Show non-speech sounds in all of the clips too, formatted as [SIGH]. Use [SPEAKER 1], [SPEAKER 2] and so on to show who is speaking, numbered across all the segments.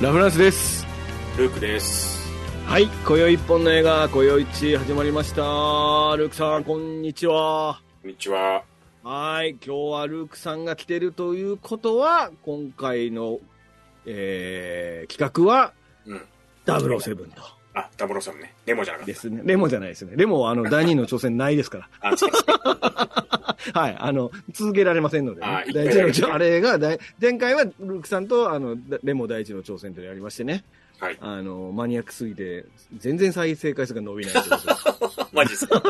[SPEAKER 1] ラフランスです
[SPEAKER 2] ルークです。
[SPEAKER 1] はい今宵一本の映画今宵一始まりましたルークさんこんにちは
[SPEAKER 2] こんにちは。
[SPEAKER 1] はい今日はルークさんが来てるということは今回の、えー企画は
[SPEAKER 2] うん。
[SPEAKER 1] 007と
[SPEAKER 2] あ、ダブルさんね。デモじゃなかっ
[SPEAKER 1] で
[SPEAKER 2] た。
[SPEAKER 1] すねレモじゃないですねレモはあの第二の挑戦ないですから [LAUGHS]
[SPEAKER 2] あ、そうそう
[SPEAKER 1] はい、あの、続けられませんので、
[SPEAKER 2] あ
[SPEAKER 1] ね
[SPEAKER 2] ー、一
[SPEAKER 1] 第
[SPEAKER 2] 回
[SPEAKER 1] 一
[SPEAKER 2] だ
[SPEAKER 1] の挑
[SPEAKER 2] け
[SPEAKER 1] あれが大、前回はルークさんと、あの、だレモ第一の挑戦というのをやりましてね、
[SPEAKER 2] はい。
[SPEAKER 1] あの、マニアックすぎて、全然再生回数が伸びないということで
[SPEAKER 2] マジっすか。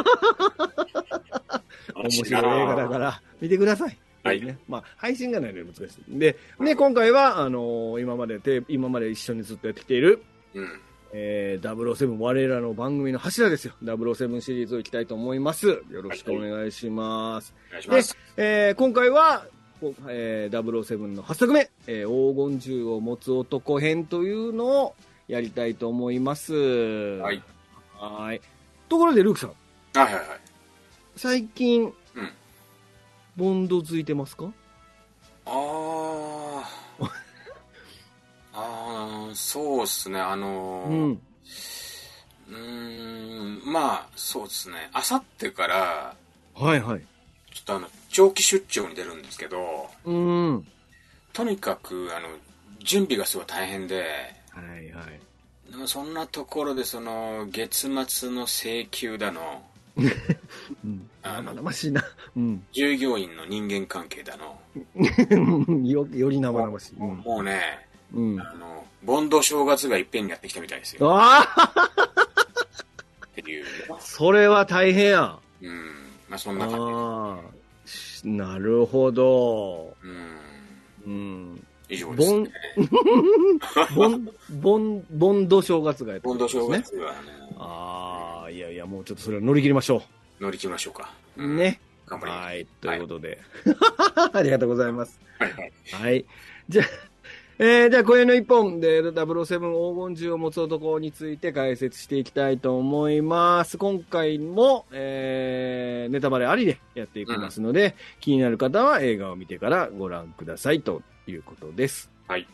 [SPEAKER 1] [LAUGHS] 面
[SPEAKER 2] [LAUGHS]
[SPEAKER 1] 白い映画だから、見てください。
[SPEAKER 2] はい
[SPEAKER 1] ね、まあ、配信がないので難しい。で、ね、今回は、あの、今までて、今まで一緒にずっとやってきている、
[SPEAKER 2] うん。
[SPEAKER 1] えー、007、我らの番組の柱ですよ。007シリーズをいきたいと思います。よろしくお願いします。
[SPEAKER 2] お願いします。
[SPEAKER 1] えー今回は、こえー、007の8作目、えー黄金銃を持つ男編というのをやりたいと思います。は
[SPEAKER 2] はい。。
[SPEAKER 1] はーい。ところで、ルークさん、
[SPEAKER 2] はいはいはい。
[SPEAKER 1] 最近、
[SPEAKER 2] うん
[SPEAKER 1] ボンドづいてますか
[SPEAKER 2] あー。
[SPEAKER 1] [LAUGHS]
[SPEAKER 2] あー、そうっすね。あの
[SPEAKER 1] う
[SPEAKER 2] ー、
[SPEAKER 1] ん。
[SPEAKER 2] うーん、まあ、そうっすね。あさってから、
[SPEAKER 1] はいはい。
[SPEAKER 2] ちょっとあの、長期出張に出るんですけど、
[SPEAKER 1] うん。は
[SPEAKER 2] とにかく、あの、準備がすごい大変で、
[SPEAKER 1] いはい。
[SPEAKER 2] でもそんなところでその月末の請求だの
[SPEAKER 1] うん。
[SPEAKER 2] あの
[SPEAKER 1] 生々しいな。うん。
[SPEAKER 2] 従業員の人間関係だの
[SPEAKER 1] [LAUGHS] よ、より生々しい。うん。
[SPEAKER 2] もうね
[SPEAKER 1] うん。あ
[SPEAKER 2] あのボンド正月がいっぺんにやってきたみたいですよ
[SPEAKER 1] あ
[SPEAKER 2] っていう、
[SPEAKER 1] ーそれは大変やん。
[SPEAKER 2] うんまあ、そんな感
[SPEAKER 1] ああ。しなるほど。
[SPEAKER 2] じうん
[SPEAKER 1] うん。
[SPEAKER 2] 以上ですね
[SPEAKER 1] ボン、ボン、ボンド正月がやって
[SPEAKER 2] ボ
[SPEAKER 1] くる
[SPEAKER 2] ン
[SPEAKER 1] ん
[SPEAKER 2] ド
[SPEAKER 1] ですね
[SPEAKER 2] 正月はあ
[SPEAKER 1] あ
[SPEAKER 2] の
[SPEAKER 1] あ、いやいや、もうちょっとそれは乗り切りましょ
[SPEAKER 2] 乗り切りましょうか、
[SPEAKER 1] う。
[SPEAKER 2] うん
[SPEAKER 1] ね。
[SPEAKER 2] 頑張りま
[SPEAKER 1] はい、ということで。 [LAUGHS] ありがとうございます。
[SPEAKER 2] すはいはい
[SPEAKER 1] はい。じゃあ、えーじゃあ、今夜の一本で、007黄金銃を持つ男について解説していきたいと思います。今回も、えーネタバレありでやっていきますので、気になる方は映画を見てからご覧くださいということです。
[SPEAKER 2] はい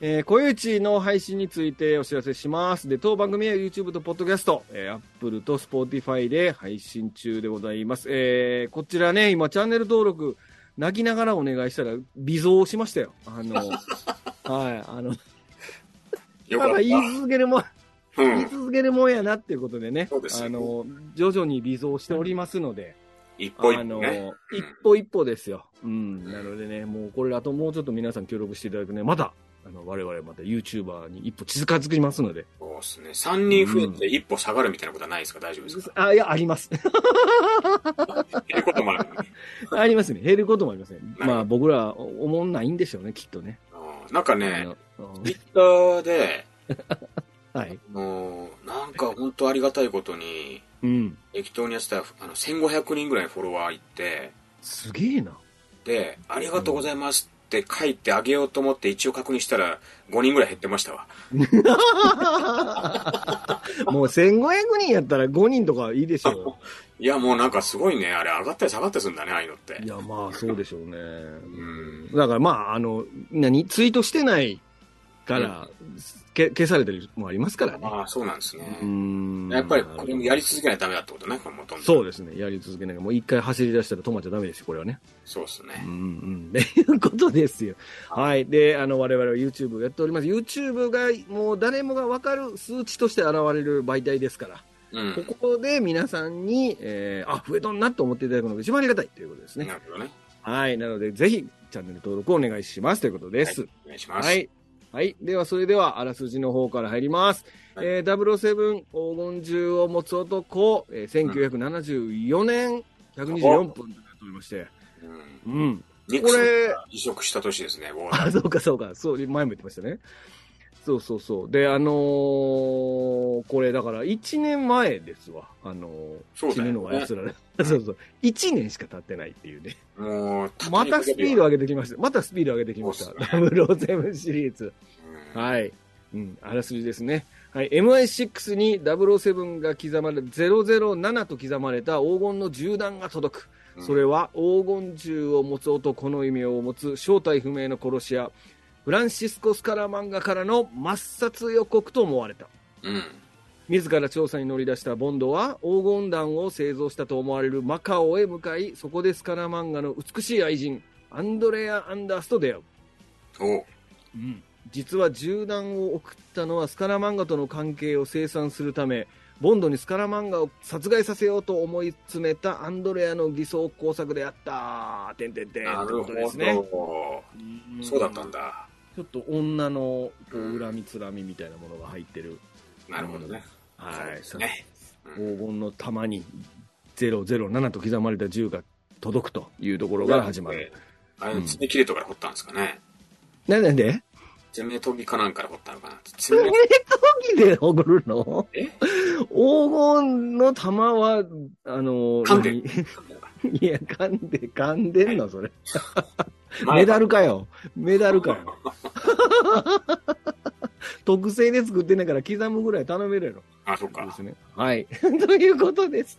[SPEAKER 1] えー、小内の配信についてお知らせします。で、当番組は YouTube と Podcast、えー、Apple と Spotify で配信中でございます。えー、こちらね、今チャンネル登録、泣きながらお願いしたら、微増しましたよ。あ
[SPEAKER 2] [LAUGHS]
[SPEAKER 1] の、はい、あの、
[SPEAKER 2] よか
[SPEAKER 1] た
[SPEAKER 2] っ
[SPEAKER 1] だ言い続けるもん、
[SPEAKER 2] たう
[SPEAKER 1] 言い
[SPEAKER 2] ん
[SPEAKER 1] 続けるもんやなっていうことでね、
[SPEAKER 2] そうですよ
[SPEAKER 1] あの、徐々に微増しておりますので、
[SPEAKER 2] 一歩一
[SPEAKER 1] あ
[SPEAKER 2] 歩
[SPEAKER 1] の、
[SPEAKER 2] ねうん
[SPEAKER 1] 一歩一歩ですよ。うん。なのでね、もうこれあともうちょっと皆さん協力していただくね。また、あの、我々また YouTuber に一歩近づきますので。
[SPEAKER 2] そうですね3人増えて一歩下がるみたいなことはないですか大丈夫ですか
[SPEAKER 1] あ、いや、あります。 [LAUGHS]
[SPEAKER 2] っていうこともある、ね
[SPEAKER 1] ありますね。減ることもありません。
[SPEAKER 2] ほど
[SPEAKER 1] まあ僕ら、おもんないんでしょうね、きっとね。
[SPEAKER 2] うんなんか
[SPEAKER 1] あ
[SPEAKER 2] ね
[SPEAKER 1] の
[SPEAKER 2] ツイッターで、
[SPEAKER 1] はい。
[SPEAKER 2] あのなんか本当ありがたいことに、
[SPEAKER 1] うん。
[SPEAKER 2] 適当にやってたら、あの、1500人ぐらいフォロワーいって、
[SPEAKER 1] すげえな。
[SPEAKER 2] で、ありがとうございますって書いてあげようと思って一応確認したら、5人ぐらい減ってましたわ。
[SPEAKER 1] もう1500人やったら5人とかいいでしょ
[SPEAKER 2] いや、もうなんかすごいね、あれ上がったり下がったりするんだね、ああいうのって
[SPEAKER 1] う。い。や、まあそうでしょうね。
[SPEAKER 2] うん。
[SPEAKER 1] だからまあ、あの、何ツイートしてないから、け消されてるもありますからね。
[SPEAKER 2] ああ、そうなんです
[SPEAKER 1] うー
[SPEAKER 2] ね。
[SPEAKER 1] ん
[SPEAKER 2] やっぱりこれもやり続けないとダメだってことね、これもどんどん。
[SPEAKER 1] そう
[SPEAKER 2] で
[SPEAKER 1] ですね。やり続けなきゃ。もう一回走り出したら止まっちゃダメですよ、これはね。
[SPEAKER 2] す。そうです
[SPEAKER 1] うん
[SPEAKER 2] ね
[SPEAKER 1] う。ん。ということですよ。はい。で、あの、我々は YouTube をやっております。YouTube がもう誰もがわかる数値として現れる媒体ですから、
[SPEAKER 2] うん。
[SPEAKER 1] ここで皆さんに、えー、あ、増えとんなと思っていただくのが一番ありがたいということですね。
[SPEAKER 2] なるほどね。
[SPEAKER 1] はい。なので、ぜひ、チャンネル登録をお願いしますということです。
[SPEAKER 2] はいお願いします。
[SPEAKER 1] は。い。はい。では、それでは、あらすじの方から入ります。
[SPEAKER 2] はい
[SPEAKER 1] えー、007黄金銃を持つ男、えー、1974年、124分となっておりまして。
[SPEAKER 2] うん。
[SPEAKER 1] うん。 [LAUGHS]
[SPEAKER 2] ニク
[SPEAKER 1] こ
[SPEAKER 2] ソン
[SPEAKER 1] れ、
[SPEAKER 2] が移植した年ですね、ウォーラー
[SPEAKER 1] あ、そうか、そうか。そう、前も言ってましたね。そうそうそう。で、あのーこれ、だから、1年前ですわ。あのー
[SPEAKER 2] そう
[SPEAKER 1] 死
[SPEAKER 2] だよね
[SPEAKER 1] ぬのは奴らね。そうそう。1年しか経ってないっていうね。
[SPEAKER 2] もう、
[SPEAKER 1] またスピード上げてきました。またスピード上げてきまし。
[SPEAKER 2] そうったすね
[SPEAKER 1] ダブルゼムシリーズ。
[SPEAKER 2] うん
[SPEAKER 1] はい。うん、あらすじですね。はい。MI6 に007が刻まれ、007と刻まれた黄金の銃弾が届く。
[SPEAKER 2] うん
[SPEAKER 1] それは黄金銃を持つ男の異名を持つ正体不明の殺し屋、フランシスコ・スカラマンガからの抹殺予告と思われた。
[SPEAKER 2] うん。
[SPEAKER 1] 自ら調査に乗り出したボンドは黄金弾を製造したと思われるマカオへ向かいそこでスカラマンガの美しい愛人アンドレア・アンダースと出会う、
[SPEAKER 2] おう
[SPEAKER 1] 実は銃弾を送ったのはスカラマンガとの関係を清算するためボンドにスカラマンガを殺害させようと思い詰めたアンドレアの偽装工作であったてんてんてん
[SPEAKER 2] な
[SPEAKER 1] って
[SPEAKER 2] る
[SPEAKER 1] こ
[SPEAKER 2] ほ
[SPEAKER 1] と
[SPEAKER 2] ど、
[SPEAKER 1] ですねん
[SPEAKER 2] そうだったんだ。
[SPEAKER 1] ちょっと女のこう恨みつらみみたいなものが入ってる、
[SPEAKER 2] なるほどね。
[SPEAKER 1] はい
[SPEAKER 2] そうですね。
[SPEAKER 1] 黄金の玉に007と刻まれた銃が届くというところから始まる。
[SPEAKER 2] あれ、爪切れとかで掘ったんですかね。
[SPEAKER 1] なんでなんで
[SPEAKER 2] 爪研ぎかなんかで掘ったのかな。爪
[SPEAKER 1] [LAUGHS] これ陶器で送るの
[SPEAKER 2] え
[SPEAKER 1] 黄金の玉は、あの、
[SPEAKER 2] 噛んでる
[SPEAKER 1] 何 [LAUGHS] いや、噛んで、噛んでんの、それ。メ
[SPEAKER 2] 前
[SPEAKER 1] ダ
[SPEAKER 2] 歯
[SPEAKER 1] ルかよ。メダルかよ。 [LAUGHS] 特製で作ってんだから刻むぐらい頼めるやろ。
[SPEAKER 2] あ、そっ
[SPEAKER 1] で
[SPEAKER 2] か
[SPEAKER 1] す。ね。はい。 [LAUGHS] ということです。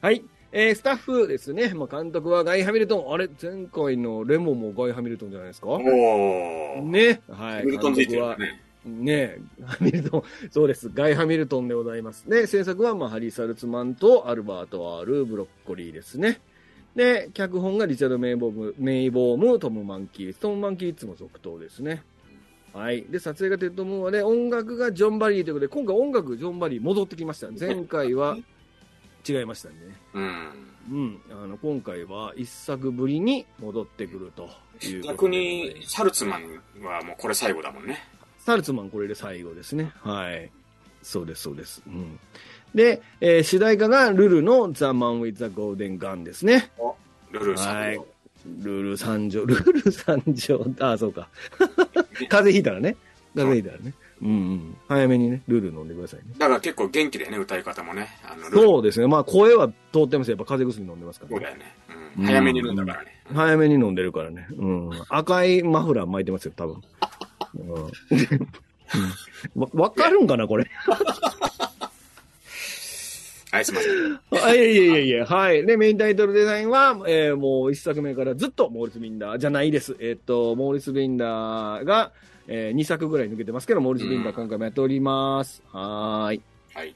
[SPEAKER 1] はい。えースタッフですね。まあ、監督はガイ・ハミルトン。あれ前回のレモンもガイ・ハミルトンじゃないですか
[SPEAKER 2] おー。
[SPEAKER 1] ね。はい。
[SPEAKER 2] ハミルトンついてるから
[SPEAKER 1] 監督は
[SPEAKER 2] ね。
[SPEAKER 1] ねハミルトン。そうです。ガイ・ハミルトンでございます。ね。制作は、まあ、ハリー・サルツマンとアルバート・アール・ブロッコリーですね。で、脚本がリチャード・メイボーム、メイボーム、トム・マンキーズ。トム・マンキーズも続投ですね。はい。で、撮影がテッド・ムーアで、音楽がジョン・バリーということで、今回音楽、ジョン・バリー戻ってきました。前回は違いましたね。
[SPEAKER 2] うん。
[SPEAKER 1] うん。あの、今回は一作ぶりに戻ってくるということ
[SPEAKER 2] 逆
[SPEAKER 1] で
[SPEAKER 2] に、シャルツマンはもうこれ最後だもんね。
[SPEAKER 1] サルツマンこれで最後ですね。はい。そうです、そうです。うん。で、えー主題歌がルルの The Man with the Golden Gun ですね。
[SPEAKER 2] ルルさん。
[SPEAKER 1] はいルル三条、ルル三条、あ、そうか。風邪ひいたらね。風邪ひいたらね。うんうん。早めにね、ルル飲んでくださいね。
[SPEAKER 2] だから結構元気だよね、歌い方もね。あの、ルル
[SPEAKER 1] そうですね。まあ声は通ってますよ。やっぱ風邪薬飲んでますから
[SPEAKER 2] そう
[SPEAKER 1] ね。
[SPEAKER 2] だよね。うん。早めに飲んだからね。
[SPEAKER 1] 早めに飲んでるからね。うん。赤いマフラー巻いてますよ、多分。うんうん。わ、わかるんかな、これ。
[SPEAKER 2] はい、すいません。
[SPEAKER 1] [LAUGHS] あいやいやいやいや、はい。で、メインタイトルデザインは、えーもう一作目からずっとモーリス・ビンダーじゃないです。えっ、と、モーリス・ビンダーが、え2作ぐらい抜けてますけど、モーリス・ビンダー今回もやっております。はーい。
[SPEAKER 2] はい。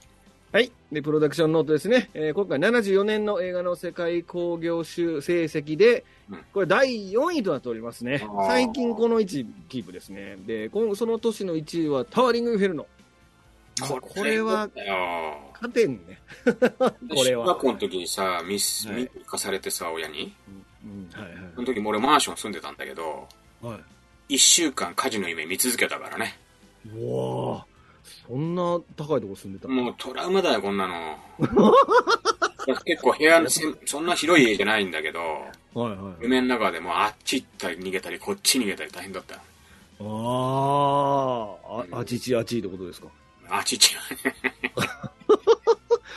[SPEAKER 1] はい。で、プロダクションノートですね。えー今回74年の映画の世界興行収成績で
[SPEAKER 2] うん、
[SPEAKER 1] これ第4位となっておりますね
[SPEAKER 2] あ。ー
[SPEAKER 1] 最近この位置キープですね。で、今その年の1位はタワーリング・フェルノ。これは
[SPEAKER 2] これは
[SPEAKER 1] 勝てんね。これ
[SPEAKER 2] 小
[SPEAKER 1] は
[SPEAKER 2] 学。校の時にさ、ミス、
[SPEAKER 1] はい
[SPEAKER 2] ミス化されてさ、親に。
[SPEAKER 1] うん、はい
[SPEAKER 2] その時も俺マンション住んでたんだけど、
[SPEAKER 1] はい。はい。
[SPEAKER 2] 一週間火事の夢見続けたからね。
[SPEAKER 1] うわあそんな高いとこ住んでた
[SPEAKER 2] もうトラウマだよ、こんなの。結構部屋のせん、そんな広い家じゃないんだけど、
[SPEAKER 1] はいはい。
[SPEAKER 2] 夢の中でもあっち行ったり逃げたり、こっち逃げたり大変だったよ。
[SPEAKER 1] あーあ、あちちあちいってことですか。
[SPEAKER 2] あっち行っち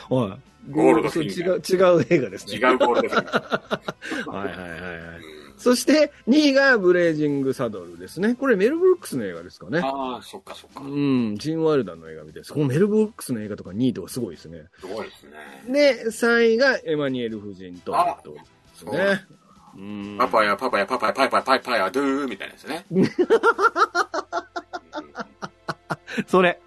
[SPEAKER 1] はい。
[SPEAKER 2] ゴールド
[SPEAKER 1] そ
[SPEAKER 2] フ
[SPEAKER 1] う
[SPEAKER 2] ィン
[SPEAKER 1] 違
[SPEAKER 2] ガ
[SPEAKER 1] う、違う映画ですね。
[SPEAKER 2] 違うゴールドフィンガー
[SPEAKER 1] はいはいはいはい。
[SPEAKER 2] う
[SPEAKER 1] そして、2位がブレイジングサドルですね。これメルブルックスの映画ですかね
[SPEAKER 2] ん。ああ、そっかそっか。
[SPEAKER 1] うん、ジン・ワイルダーの映画みたいです。このメルブルックスの映画とか2位とかすごいですね。
[SPEAKER 2] すごいですね。
[SPEAKER 1] で、3位がエマニュエル夫人と、
[SPEAKER 2] あ
[SPEAKER 1] ですね。うん
[SPEAKER 2] パパやパパやパパやパイパイパイパイアドゥーみたいなやつね。
[SPEAKER 1] それ。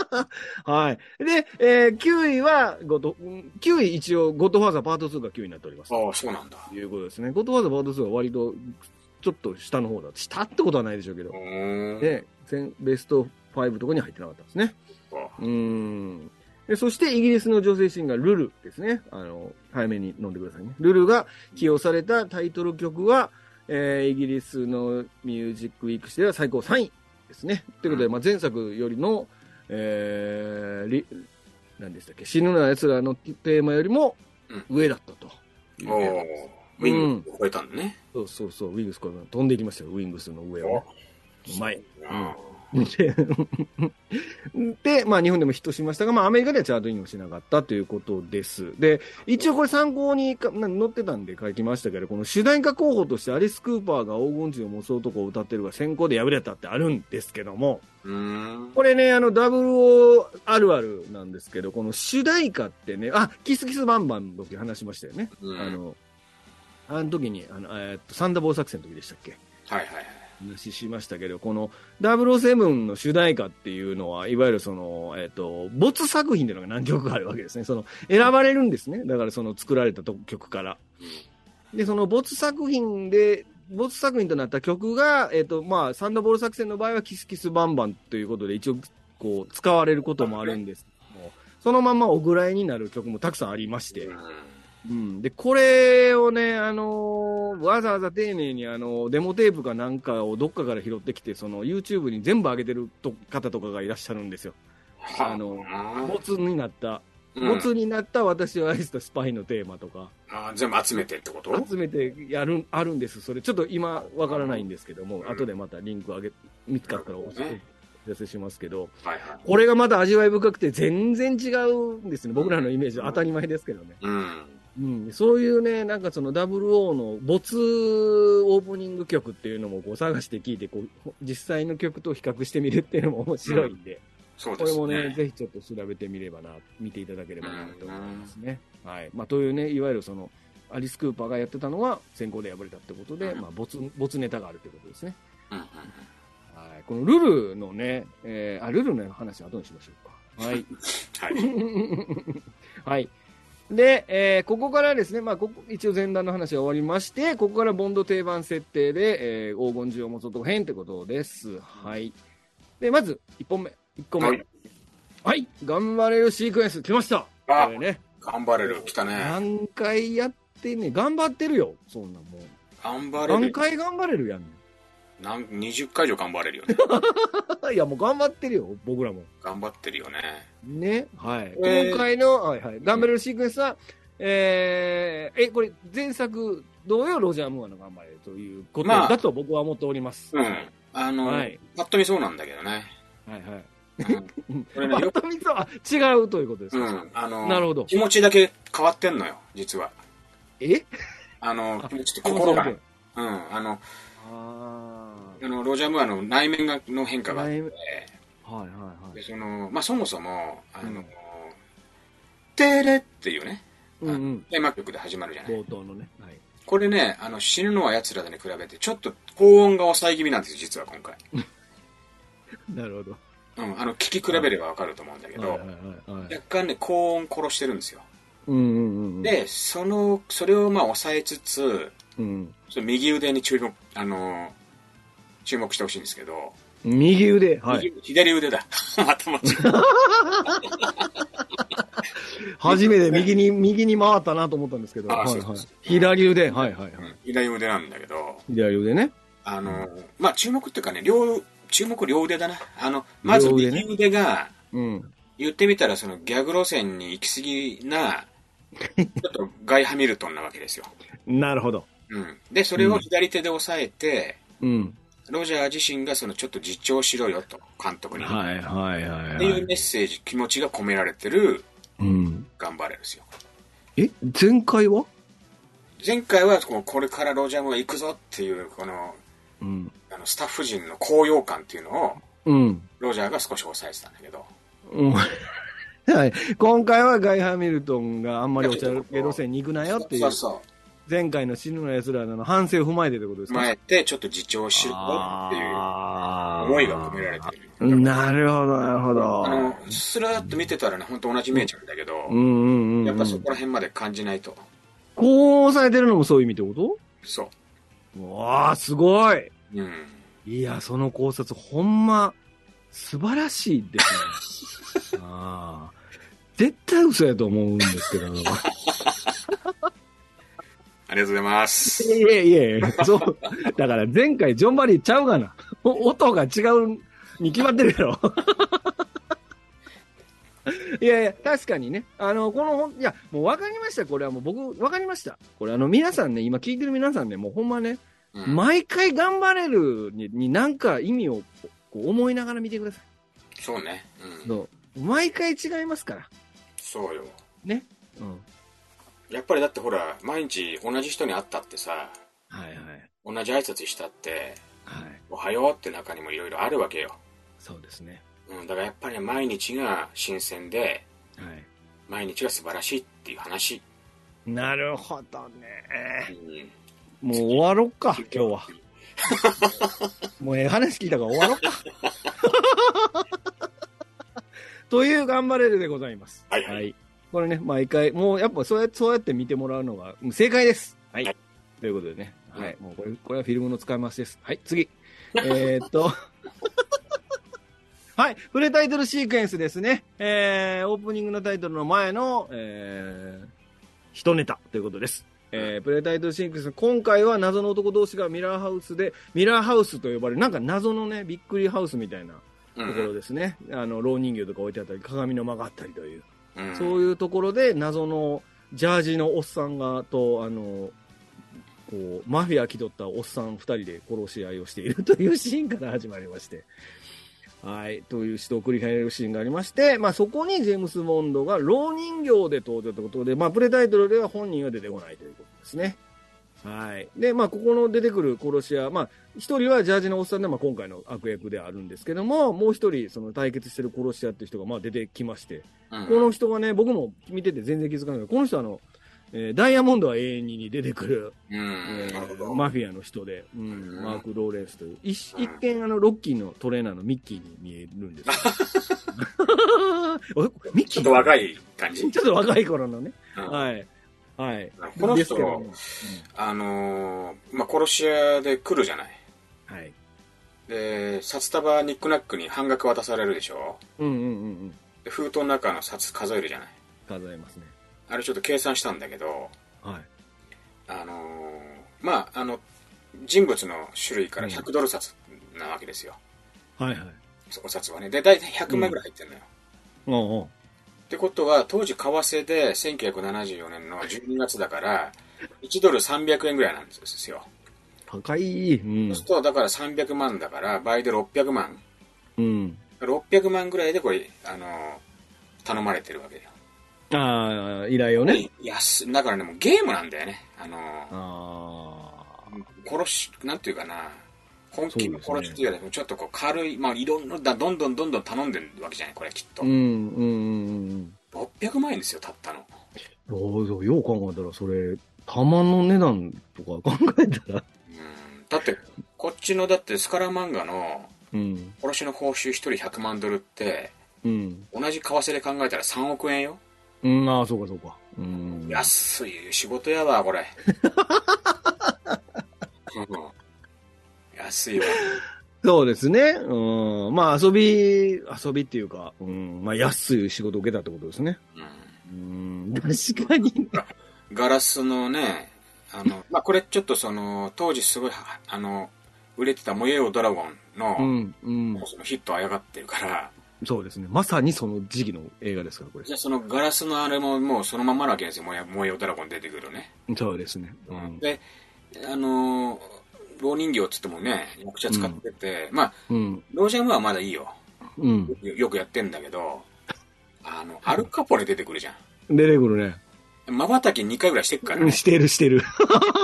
[SPEAKER 1] [LAUGHS] はい。で、えー9位は、ゴト、ん9位一応、ゴッドファーザーパート2が9位になっております。
[SPEAKER 2] ああ、そうなんだ。
[SPEAKER 1] ということですね。ゴッドファーザーパート2は割と、ちょっと下の方だ。下ってことはないでしょうけど
[SPEAKER 2] う。ーん。
[SPEAKER 1] で、全ベスト5とかには入ってなかったんですね。
[SPEAKER 2] そっか
[SPEAKER 1] うーん。でそして、イギリスの女性シンガー、ルルですね。あの、早めに飲んでくださいね。ルルが起用されたタイトル曲は、えーイギリスのミュージックウィーク誌では最高3位ですね。ということで、まあ、前作よりの、えー、リ何でしたっけ、死ぬな奴らのテーマよりも上だったと。
[SPEAKER 2] おーウィングを超えたんだね。
[SPEAKER 1] そうそうそう、ウィングスこれ飛んでいきましたよ、ウィングスの上を、ね。うまい。
[SPEAKER 2] あ
[SPEAKER 1] で、 [LAUGHS] でまあ、日本でもヒットしましたが、まあ、アメリカではチャートインをしなかったということです。で、一応これ参考にかな載ってたんで書きましたけど、この主題歌候補としてアリス・クーパーが黄金人を持つ男を歌ってるが先行で敗れたってあるんですけども、
[SPEAKER 2] ーうーん。
[SPEAKER 1] これね、あの、ダブルオあるあるなんですけど、この主題歌ってね、あ、キスキスバンバンの時話しましたよね。
[SPEAKER 2] うん
[SPEAKER 1] あの、あの時に、あの、えーっと、サンダーボール作戦の時でしたっけ
[SPEAKER 2] はいはいはい。
[SPEAKER 1] 話しましたけど、この007の主題歌っていうのは、いわゆるその、えっ、と、没作品っていうのが何曲かあるわけですね。その、選ばれるんですね。だからその作られたと曲から。で、その没作品で、没作品となった曲が、えっ、と、まあ、サンドボール作戦の場合はキスキスバンバンということで、一応、こう、使われることもあるんですけども、そのままお蔵入りになる曲もたくさんありまして、うん、でこれをね、あのーわざわざ丁寧に、あのーデモテープかなんかをどっかから拾ってきてその YouTube に全部上げてると方とかがいらっしゃるんですよ。あのボツになった、
[SPEAKER 2] うん
[SPEAKER 1] ボツになった私を愛したスパイのテーマとか
[SPEAKER 2] あー全部集めてってこと
[SPEAKER 1] 集めてやるあるんですそれちょっと今わからないんですけども、
[SPEAKER 2] うん
[SPEAKER 1] 後でまたリンク上げ見つかったらお知らせしますけど
[SPEAKER 2] はいはい。
[SPEAKER 1] これがまた味わい深くて全然違うんですね僕らのイメージは当たり前ですけどね。
[SPEAKER 2] うん。
[SPEAKER 1] うん、そういうね、なんかその WO の没オープニング曲っていうのもこう探して聞いてこう、実際の曲と比較してみるっていうのも面白いんで、
[SPEAKER 2] そう
[SPEAKER 1] こ
[SPEAKER 2] で
[SPEAKER 1] れ
[SPEAKER 2] すね。
[SPEAKER 1] もね、ぜひちょっと調べてみればな、見ていただければなと思いますね。はい。まあ、というね、いわゆるその、アリス・クーパーがやってたのは先行で敗れたってことで、
[SPEAKER 2] うん
[SPEAKER 1] まあ、没、没ネタがあるってことですね。
[SPEAKER 2] うんうん
[SPEAKER 1] はい。このルルのね、えー、あ、ルルの話は後にしましょうか。はい。
[SPEAKER 2] うんはい。
[SPEAKER 1] [LAUGHS] はい。で、えーここからですね、まあ、ここ、一応前段の話が終わりまして、ここからボンド定番設定で、えー黄金銃を持つ男編ってことです。はい。で、まず、1本目、1個目。
[SPEAKER 2] は
[SPEAKER 1] はいい。頑張れるシークエンス、来ました。
[SPEAKER 2] あ
[SPEAKER 1] これね。
[SPEAKER 2] 頑張れる。来たね。
[SPEAKER 1] 何回やってんねん頑張ってるよ。そんなもう。
[SPEAKER 2] 頑張れ
[SPEAKER 1] 何
[SPEAKER 2] る。
[SPEAKER 1] 回頑張れるやん、
[SPEAKER 2] なん20回以上頑張れるよ
[SPEAKER 1] [LAUGHS]
[SPEAKER 2] ね。
[SPEAKER 1] いや、もう頑張ってるよ、僕らも。
[SPEAKER 2] 頑張ってるよね。
[SPEAKER 1] ね、はい。
[SPEAKER 2] えー
[SPEAKER 1] 今回の、はいはい、ガンベルシークエンスは、えー、え、これ、前作同様、ロジャー・ムーアの頑張れということ
[SPEAKER 2] まあ
[SPEAKER 1] だと僕は思っております。
[SPEAKER 2] うん
[SPEAKER 1] はい。
[SPEAKER 2] あの、
[SPEAKER 1] はい
[SPEAKER 2] ぱっと見そうなんだけどね。
[SPEAKER 1] はい。 [LAUGHS]
[SPEAKER 2] うん
[SPEAKER 1] うん
[SPEAKER 2] これねよ
[SPEAKER 1] バトミツは違うということです
[SPEAKER 2] う
[SPEAKER 1] か。
[SPEAKER 2] ん。あの、
[SPEAKER 1] なるほど
[SPEAKER 2] 気持ちだけ変わってんのよ、実は。
[SPEAKER 1] え
[SPEAKER 2] あの、
[SPEAKER 1] あ
[SPEAKER 2] 気持ちって心が。
[SPEAKER 1] あ
[SPEAKER 2] うん。あの、
[SPEAKER 1] あ
[SPEAKER 2] あのロジャー・ムーアの内面がの変化
[SPEAKER 1] ー。
[SPEAKER 2] があっ
[SPEAKER 1] はい
[SPEAKER 2] て、
[SPEAKER 1] はいはい
[SPEAKER 2] で。その、まあ、そもそも、あ
[SPEAKER 1] う
[SPEAKER 2] の
[SPEAKER 1] ん、
[SPEAKER 2] テレっていうね、
[SPEAKER 1] うんうん。
[SPEAKER 2] テーマ曲で始まるじゃない。
[SPEAKER 1] 冒頭のね。はい。
[SPEAKER 2] これね、あの、死ぬのは奴らでに比べて、ちょっと高音が抑え気味なんですよ、実は今回。
[SPEAKER 1] なるほど。
[SPEAKER 2] うん。あの、聞き比べればわかると思うんだけど、
[SPEAKER 1] はいはいはいはい。
[SPEAKER 2] 若干ね、高音殺してるんですよ。
[SPEAKER 1] うんうんうんうん。、
[SPEAKER 2] で、その、それをまあ抑えつつ、
[SPEAKER 1] うん。
[SPEAKER 2] ちょっと右腕に注目、あのー注目してほしいんですけど、
[SPEAKER 1] 右腕。はい。
[SPEAKER 2] 右左腕だ。 [LAUGHS] 頭ちょっと
[SPEAKER 1] 初めて右に、右に回ったなと思ったんですけど。
[SPEAKER 2] あ
[SPEAKER 1] は
[SPEAKER 2] ー
[SPEAKER 1] い
[SPEAKER 2] そ
[SPEAKER 1] は
[SPEAKER 2] う
[SPEAKER 1] い
[SPEAKER 2] そうそう。
[SPEAKER 1] 左腕。はいはいはい。
[SPEAKER 2] 左腕なんだけど、
[SPEAKER 1] 左腕ね。
[SPEAKER 2] あのーまあ、注目っていうかね、両、注目両腕だな。あの、まず
[SPEAKER 1] 両腕ね
[SPEAKER 2] 右腕が、
[SPEAKER 1] うん。
[SPEAKER 2] 言ってみたらそのギャグ路線に行き過
[SPEAKER 1] [LAUGHS]
[SPEAKER 2] ぎな、ちょっとガイ・ハミルトンなわけですよ。
[SPEAKER 1] なるほど。
[SPEAKER 2] うん。で、それを左手で押さえて、
[SPEAKER 1] うん。
[SPEAKER 2] ロジャー自身がそのちょっと自重しろよと、監督に。
[SPEAKER 1] はいはいはい、
[SPEAKER 2] って
[SPEAKER 1] は
[SPEAKER 2] い
[SPEAKER 1] い。
[SPEAKER 2] うメッセージ、気持ちが込められてる、
[SPEAKER 1] うん。
[SPEAKER 2] 頑張れるんですよ。
[SPEAKER 1] え、前回は
[SPEAKER 2] 前回はこうこれからロジャムが行くぞっていうこの
[SPEAKER 1] うん。
[SPEAKER 2] あのスタッフ陣の高揚感っていうのを
[SPEAKER 1] うん。
[SPEAKER 2] ロジャーが少し抑えてたんだけど
[SPEAKER 1] うん。 [LAUGHS] はい。今回はガイ・ハミルトンがあんまりお茶受け路線に行くなよってい
[SPEAKER 2] そうう、そ
[SPEAKER 1] 前回の死ぬの奴らの反省を踏まえてってことで
[SPEAKER 2] う
[SPEAKER 1] すか
[SPEAKER 2] 前ってちょっと自重しろっていう思いが込められてる
[SPEAKER 1] なるほど、なるほど
[SPEAKER 2] あ。のスラーっと見てたらね本当同じイメージなんだけど
[SPEAKER 1] うんうんうん、うん。
[SPEAKER 2] やっぱそこら辺まで感じないと
[SPEAKER 1] こう抑えてるのもそういう意味ってこ
[SPEAKER 2] そ
[SPEAKER 1] とうわあ、すごいう
[SPEAKER 2] うん
[SPEAKER 1] いや、その考察、ほんま、素晴らしいですね。ああ。絶対嘘やと思うんですけど。い
[SPEAKER 2] ありがとうございます
[SPEAKER 1] えいえいえ、そう。だから前回、ジョンバリーちゃうがな。お音が違うに決まってるやろ。いやいや、確かにね。あの、このほん、いや、もう分かりました。これはもう僕、分かりました。これあの、皆さんね、今聞いてる皆さんね、もうほんまね、
[SPEAKER 2] うん
[SPEAKER 1] 毎回頑張れるに、になんか意味をこう思いながら見てください。
[SPEAKER 2] そうねうん
[SPEAKER 1] そう毎回違いますから。
[SPEAKER 2] そうよ
[SPEAKER 1] ね。うん。
[SPEAKER 2] やっぱりだってほら毎日同じ人に会ったってさ
[SPEAKER 1] はいはい。
[SPEAKER 2] 同じ挨拶したって
[SPEAKER 1] はい。
[SPEAKER 2] おはようって中にもいろいろあるわけよ
[SPEAKER 1] そうですね。
[SPEAKER 2] うん、だからやっぱりね毎日が新鮮で
[SPEAKER 1] はい。
[SPEAKER 2] 毎日が素晴らしいっていう話、
[SPEAKER 1] なるほどね。
[SPEAKER 2] うん、
[SPEAKER 1] もう終わろっか、今日は。もうええ話聞いたから終わろうか。 [LAUGHS] という頑張れるでございます。
[SPEAKER 2] はいはい
[SPEAKER 1] これね、毎回、もうやっぱそうやそうやって見てもらうのがうん正解です。はい。
[SPEAKER 2] はい
[SPEAKER 1] ということでね、は
[SPEAKER 2] はい
[SPEAKER 1] い。もうこれ、これはフィルムの使い回しです。はい、
[SPEAKER 2] [LAUGHS]
[SPEAKER 1] 次。えーっと。 [LAUGHS] はい。プレタイトルシークエンスですね。えー、オープニングのタイトルの前の、えー、一ネタということです。えー、プレタイトルシンクス、今回は謎の男同士がミラーハウスで、ミラーハウスと呼ばれる、なんか謎のね、びっくりハウスみたいなと
[SPEAKER 2] う
[SPEAKER 1] ころ
[SPEAKER 2] ん
[SPEAKER 1] ですね。あの、老人形とか置いてあったり、鏡の間があったりという、
[SPEAKER 2] うん。
[SPEAKER 1] そういうところで謎のジャージのおっさんが、と、あの、こう、マフィア気取ったおっさん二人で殺し合いをしているというシーンから始まりまして。はい。という死闘を繰り返るシーンがありまして、まあそこにジェームス・ボンドが老人形で登場ということで、まあプレタイトルでは本人は出てこないということですね。はい。で、まあここの出てくる殺し屋、まあ一人はジャージのおっさんで、まあ今回の悪役ではあるんですけども、もう一人その対決してる殺し屋っていう人がまあ出てきまして、
[SPEAKER 2] うん
[SPEAKER 1] この人がね、僕も見てて全然気づかないけど、この人はあの、えーダイヤモンドは永遠にに出てくる、
[SPEAKER 2] うん。
[SPEAKER 1] え
[SPEAKER 2] なるほ
[SPEAKER 1] ー
[SPEAKER 2] ど。
[SPEAKER 1] マフィアの人で、うん
[SPEAKER 2] うん
[SPEAKER 1] マーク・ローレンスという、一一見あの、ロッキーのトレーナーのミッキーに見えるん
[SPEAKER 2] [LAUGHS]
[SPEAKER 1] ですよおミッキー
[SPEAKER 2] ちょっと若。い感じ。
[SPEAKER 1] ちょっと若い頃のね。
[SPEAKER 2] うん
[SPEAKER 1] はい。はい。
[SPEAKER 2] この人
[SPEAKER 1] ですけども
[SPEAKER 2] あのー、まあ、殺し屋で来るじゃない。
[SPEAKER 1] うんはい。
[SPEAKER 2] で、札束ニックナックに半額渡されるでしょ
[SPEAKER 1] うんうんうんうん。
[SPEAKER 2] で、封筒の中の札数えるじゃない。
[SPEAKER 1] 数えますね。
[SPEAKER 2] あれちょっと計算したんだけど、
[SPEAKER 1] はい。
[SPEAKER 2] あのーまあ、あの、人物の種類から100ドル札なわけですよ。
[SPEAKER 1] はいはい。
[SPEAKER 2] お札はね。で、大体100枚ぐらい入ってるのよ。
[SPEAKER 1] おうおう
[SPEAKER 2] ってことは、当時為替で1974年の12月だから、1ドル300円ぐらいなんですよ。
[SPEAKER 1] 高い。うん
[SPEAKER 2] そうす。ると、だから300万だから、倍で600万。
[SPEAKER 1] うん。
[SPEAKER 2] 600万ぐらいでこれ、あのー頼まれてるわけだよ。
[SPEAKER 1] ああ、依頼をね。
[SPEAKER 2] 安、だからね、もうゲームなんだよね。あのー
[SPEAKER 1] ああ。
[SPEAKER 2] 殺し、なんていうかな、本気の
[SPEAKER 1] そう
[SPEAKER 2] 殺
[SPEAKER 1] です
[SPEAKER 2] し
[SPEAKER 1] ね
[SPEAKER 2] というか、ちょっとこう軽い、まあ、いろんな、だどんどんどんどん頼んでるわけじゃない、これきっと
[SPEAKER 1] う。んうんうんうん。
[SPEAKER 2] 600万円ですよ、たったの。
[SPEAKER 1] そうそうよう考えたら、それ、玉の値段とか考えたら、
[SPEAKER 2] うん。だって、こっちの、だってスカラマンガの
[SPEAKER 1] うん、
[SPEAKER 2] 殺しの報酬1人100万ドルって、
[SPEAKER 1] うん、
[SPEAKER 2] 同じ為替で考えたら3億円よ。
[SPEAKER 1] うん、ああ、そうか、そうか。うん。
[SPEAKER 2] 安い仕事やわ、これ。うん安いわ。
[SPEAKER 1] そうですね。うん。まあ、遊び、遊びっていうか、うん。まあ、安い仕事を受けたってことですね。
[SPEAKER 2] うん
[SPEAKER 1] うん。確かに。
[SPEAKER 2] ガラスのね、あの、まあ、これちょっとその、当時すごい、はあの、売れてた燃えよドラゴンの、
[SPEAKER 1] うん、うん
[SPEAKER 2] もう。そのヒットあやがってるから、
[SPEAKER 1] そうですね。まさにその時期の映画ですから、こ
[SPEAKER 2] じゃあそのガラスのあれももうそのまんまなわけですよ、燃え燃えよドラゴン出てくるね。
[SPEAKER 1] れ。そうですね。うん。
[SPEAKER 2] で、あのー、老人形っつってもね、役者使ってて、まあ、
[SPEAKER 1] うん。
[SPEAKER 2] ロージャムはまだいいよ。
[SPEAKER 1] うん。
[SPEAKER 2] よよくやってんだけど、あの、アルカポネ出てくるじゃん。
[SPEAKER 1] 出てくるね。
[SPEAKER 2] 瞬き2回ぐらいしてっから
[SPEAKER 1] うん
[SPEAKER 2] ね。
[SPEAKER 1] してる、してる。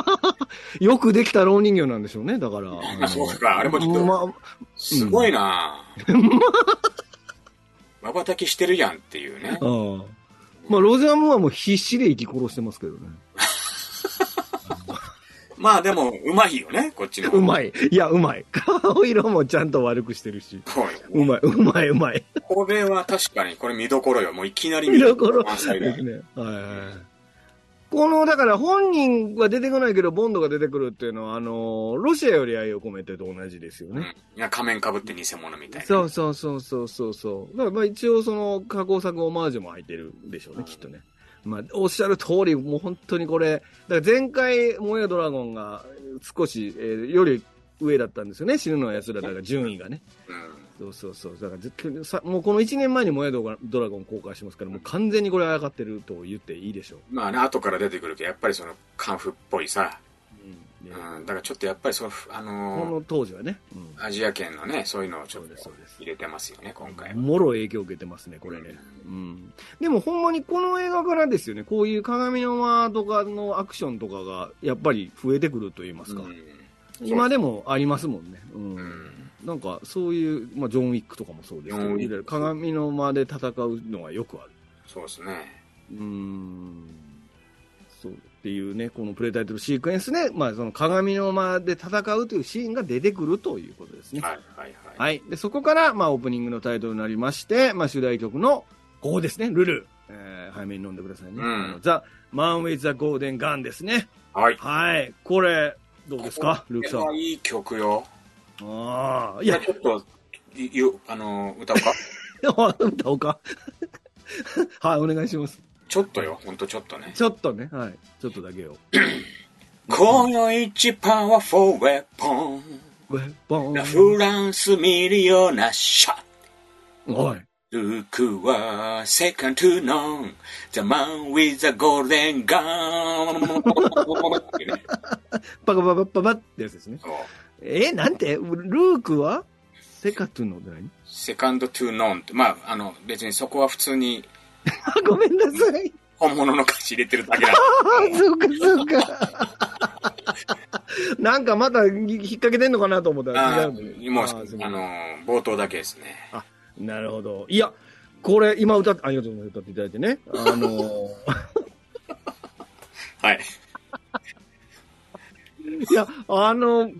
[SPEAKER 1] [LAUGHS] よくできた老人形なんでしょうね、だから。 [LAUGHS] の
[SPEAKER 2] そうかあれもちょっと
[SPEAKER 1] まあ
[SPEAKER 2] すごいな [LAUGHS] まばたきしてるやんっていうね。
[SPEAKER 1] ああ。まあ、ロジャー・ムーアも必死で生き殺してますけどね。
[SPEAKER 2] まあでも、うまいよね、こっちの。
[SPEAKER 1] う
[SPEAKER 2] い。
[SPEAKER 1] まい。いや、うまい。 [LAUGHS] 顔色もちゃんと悪くしてるし。
[SPEAKER 2] そう
[SPEAKER 1] う
[SPEAKER 2] よ
[SPEAKER 1] まい、うまい、うまい。
[SPEAKER 2] これは確かに、これ見どころよ。もういきなり
[SPEAKER 1] 見どころ
[SPEAKER 2] 満
[SPEAKER 1] [LAUGHS] ですね。は
[SPEAKER 2] 載だよ。
[SPEAKER 1] いはい。この、だから本人は出てこないけど、ボンドが出てくるっていうのは、あの、ロシアより愛を込めてと同じですよ
[SPEAKER 2] うん
[SPEAKER 1] ね。
[SPEAKER 2] いや仮面かぶって偽物みたいな。
[SPEAKER 1] そうそうそうそうそうそう。だからまあ一応その加工作オマージュも入ってるんでしょうね、きっとね。まあ、おっしゃる通り、もう本当にこれ、だから前回、萌えドラゴンが少し、えーより上だったんですよね、死ぬのは奴らだから順位がね。
[SPEAKER 2] うん
[SPEAKER 1] そうそうそう。だからずさ、もうこの1年前に萌えドラゴン公開してますから、もう完全にこれあやかってると言っていいでしょう。
[SPEAKER 2] まあね、後から出てくるけど、やっぱりその、カンフっぽいさ。
[SPEAKER 1] うん
[SPEAKER 2] う
[SPEAKER 1] で
[SPEAKER 2] ん。だからちょっとやっぱりその、あ
[SPEAKER 1] こ
[SPEAKER 2] の
[SPEAKER 1] の当時はね。うん
[SPEAKER 2] ーアジア圏のね、そういうのをちょっ
[SPEAKER 1] そうです
[SPEAKER 2] と
[SPEAKER 1] そうです
[SPEAKER 2] 入れてますよね、今回は。
[SPEAKER 1] もろ影響を受けてますね、これね。うん。でもほんまにこの映画からですよね、こういう鏡の間とかのアクションとかがやっぱり増えてくると言いますか。
[SPEAKER 2] うん
[SPEAKER 1] 今でもありますもんね。うん。
[SPEAKER 2] うん
[SPEAKER 1] なんかそういう、まあ、ジョン・ウィックとかもそうですけ
[SPEAKER 2] ジョンウィッ
[SPEAKER 1] ど、
[SPEAKER 2] ク
[SPEAKER 1] 鏡の間で戦うのはよくある。
[SPEAKER 2] そうですね。
[SPEAKER 1] うん。そうっていうね、このプレイタイトルシークエンスで、まあ、その鏡の間で戦うというシーンが出てくるということですね。
[SPEAKER 2] はいはいはい。
[SPEAKER 1] はい。で、そこから、まあ、オープニングのタイトルになりまして、まあ、主題曲の、ここですね、ルル。えー、早めに飲んでくださいね。
[SPEAKER 2] うん
[SPEAKER 1] あのザ・マン・ウィズ・ザ・ゴーデン・ガンですね。
[SPEAKER 2] はい。
[SPEAKER 1] はい。これ、どうですか、ルークさん
[SPEAKER 2] これ。はいい曲よ。
[SPEAKER 1] ああ、い
[SPEAKER 2] いや、
[SPEAKER 1] や、
[SPEAKER 2] ちょっと、いよあの、歌おうか。 [LAUGHS]
[SPEAKER 1] 歌おうか。 [LAUGHS] はい、お願いします。
[SPEAKER 2] ちょっとよ、ほんとちょっとね。
[SPEAKER 1] ちょっとね、はい。ちょっとだけよ。
[SPEAKER 2] 今夜一パワフルウェポン。
[SPEAKER 1] ウェポン。
[SPEAKER 2] ラフランスミリオナシャ。
[SPEAKER 1] おい。
[SPEAKER 2] ルークはセカンドゥノン。ザマンウィザゴールデン
[SPEAKER 1] [LAUGHS]
[SPEAKER 2] ガン。
[SPEAKER 1] パカパパパパってやつですね。えーなんてルークはセカトゥのって何
[SPEAKER 2] セカンドトゥノンって、まあ、あの、別にそこは普通に
[SPEAKER 1] あ、ごめんなさい。
[SPEAKER 2] 本物の歌詞入れてる
[SPEAKER 1] [LAUGHS]
[SPEAKER 2] だけな
[SPEAKER 1] あー、そうか、そうか。 [LAUGHS] なんかまた引っ掛けてんのかなと思ったら違
[SPEAKER 2] の
[SPEAKER 1] う。んだ
[SPEAKER 2] もう、あ
[SPEAKER 1] ーそう
[SPEAKER 2] の、冒頭だけですね。
[SPEAKER 1] なるほど。いや、これ今歌って、ありがとうございます。歌っていただいてね。あの [LAUGHS] ー
[SPEAKER 2] はい。
[SPEAKER 1] いや、あの、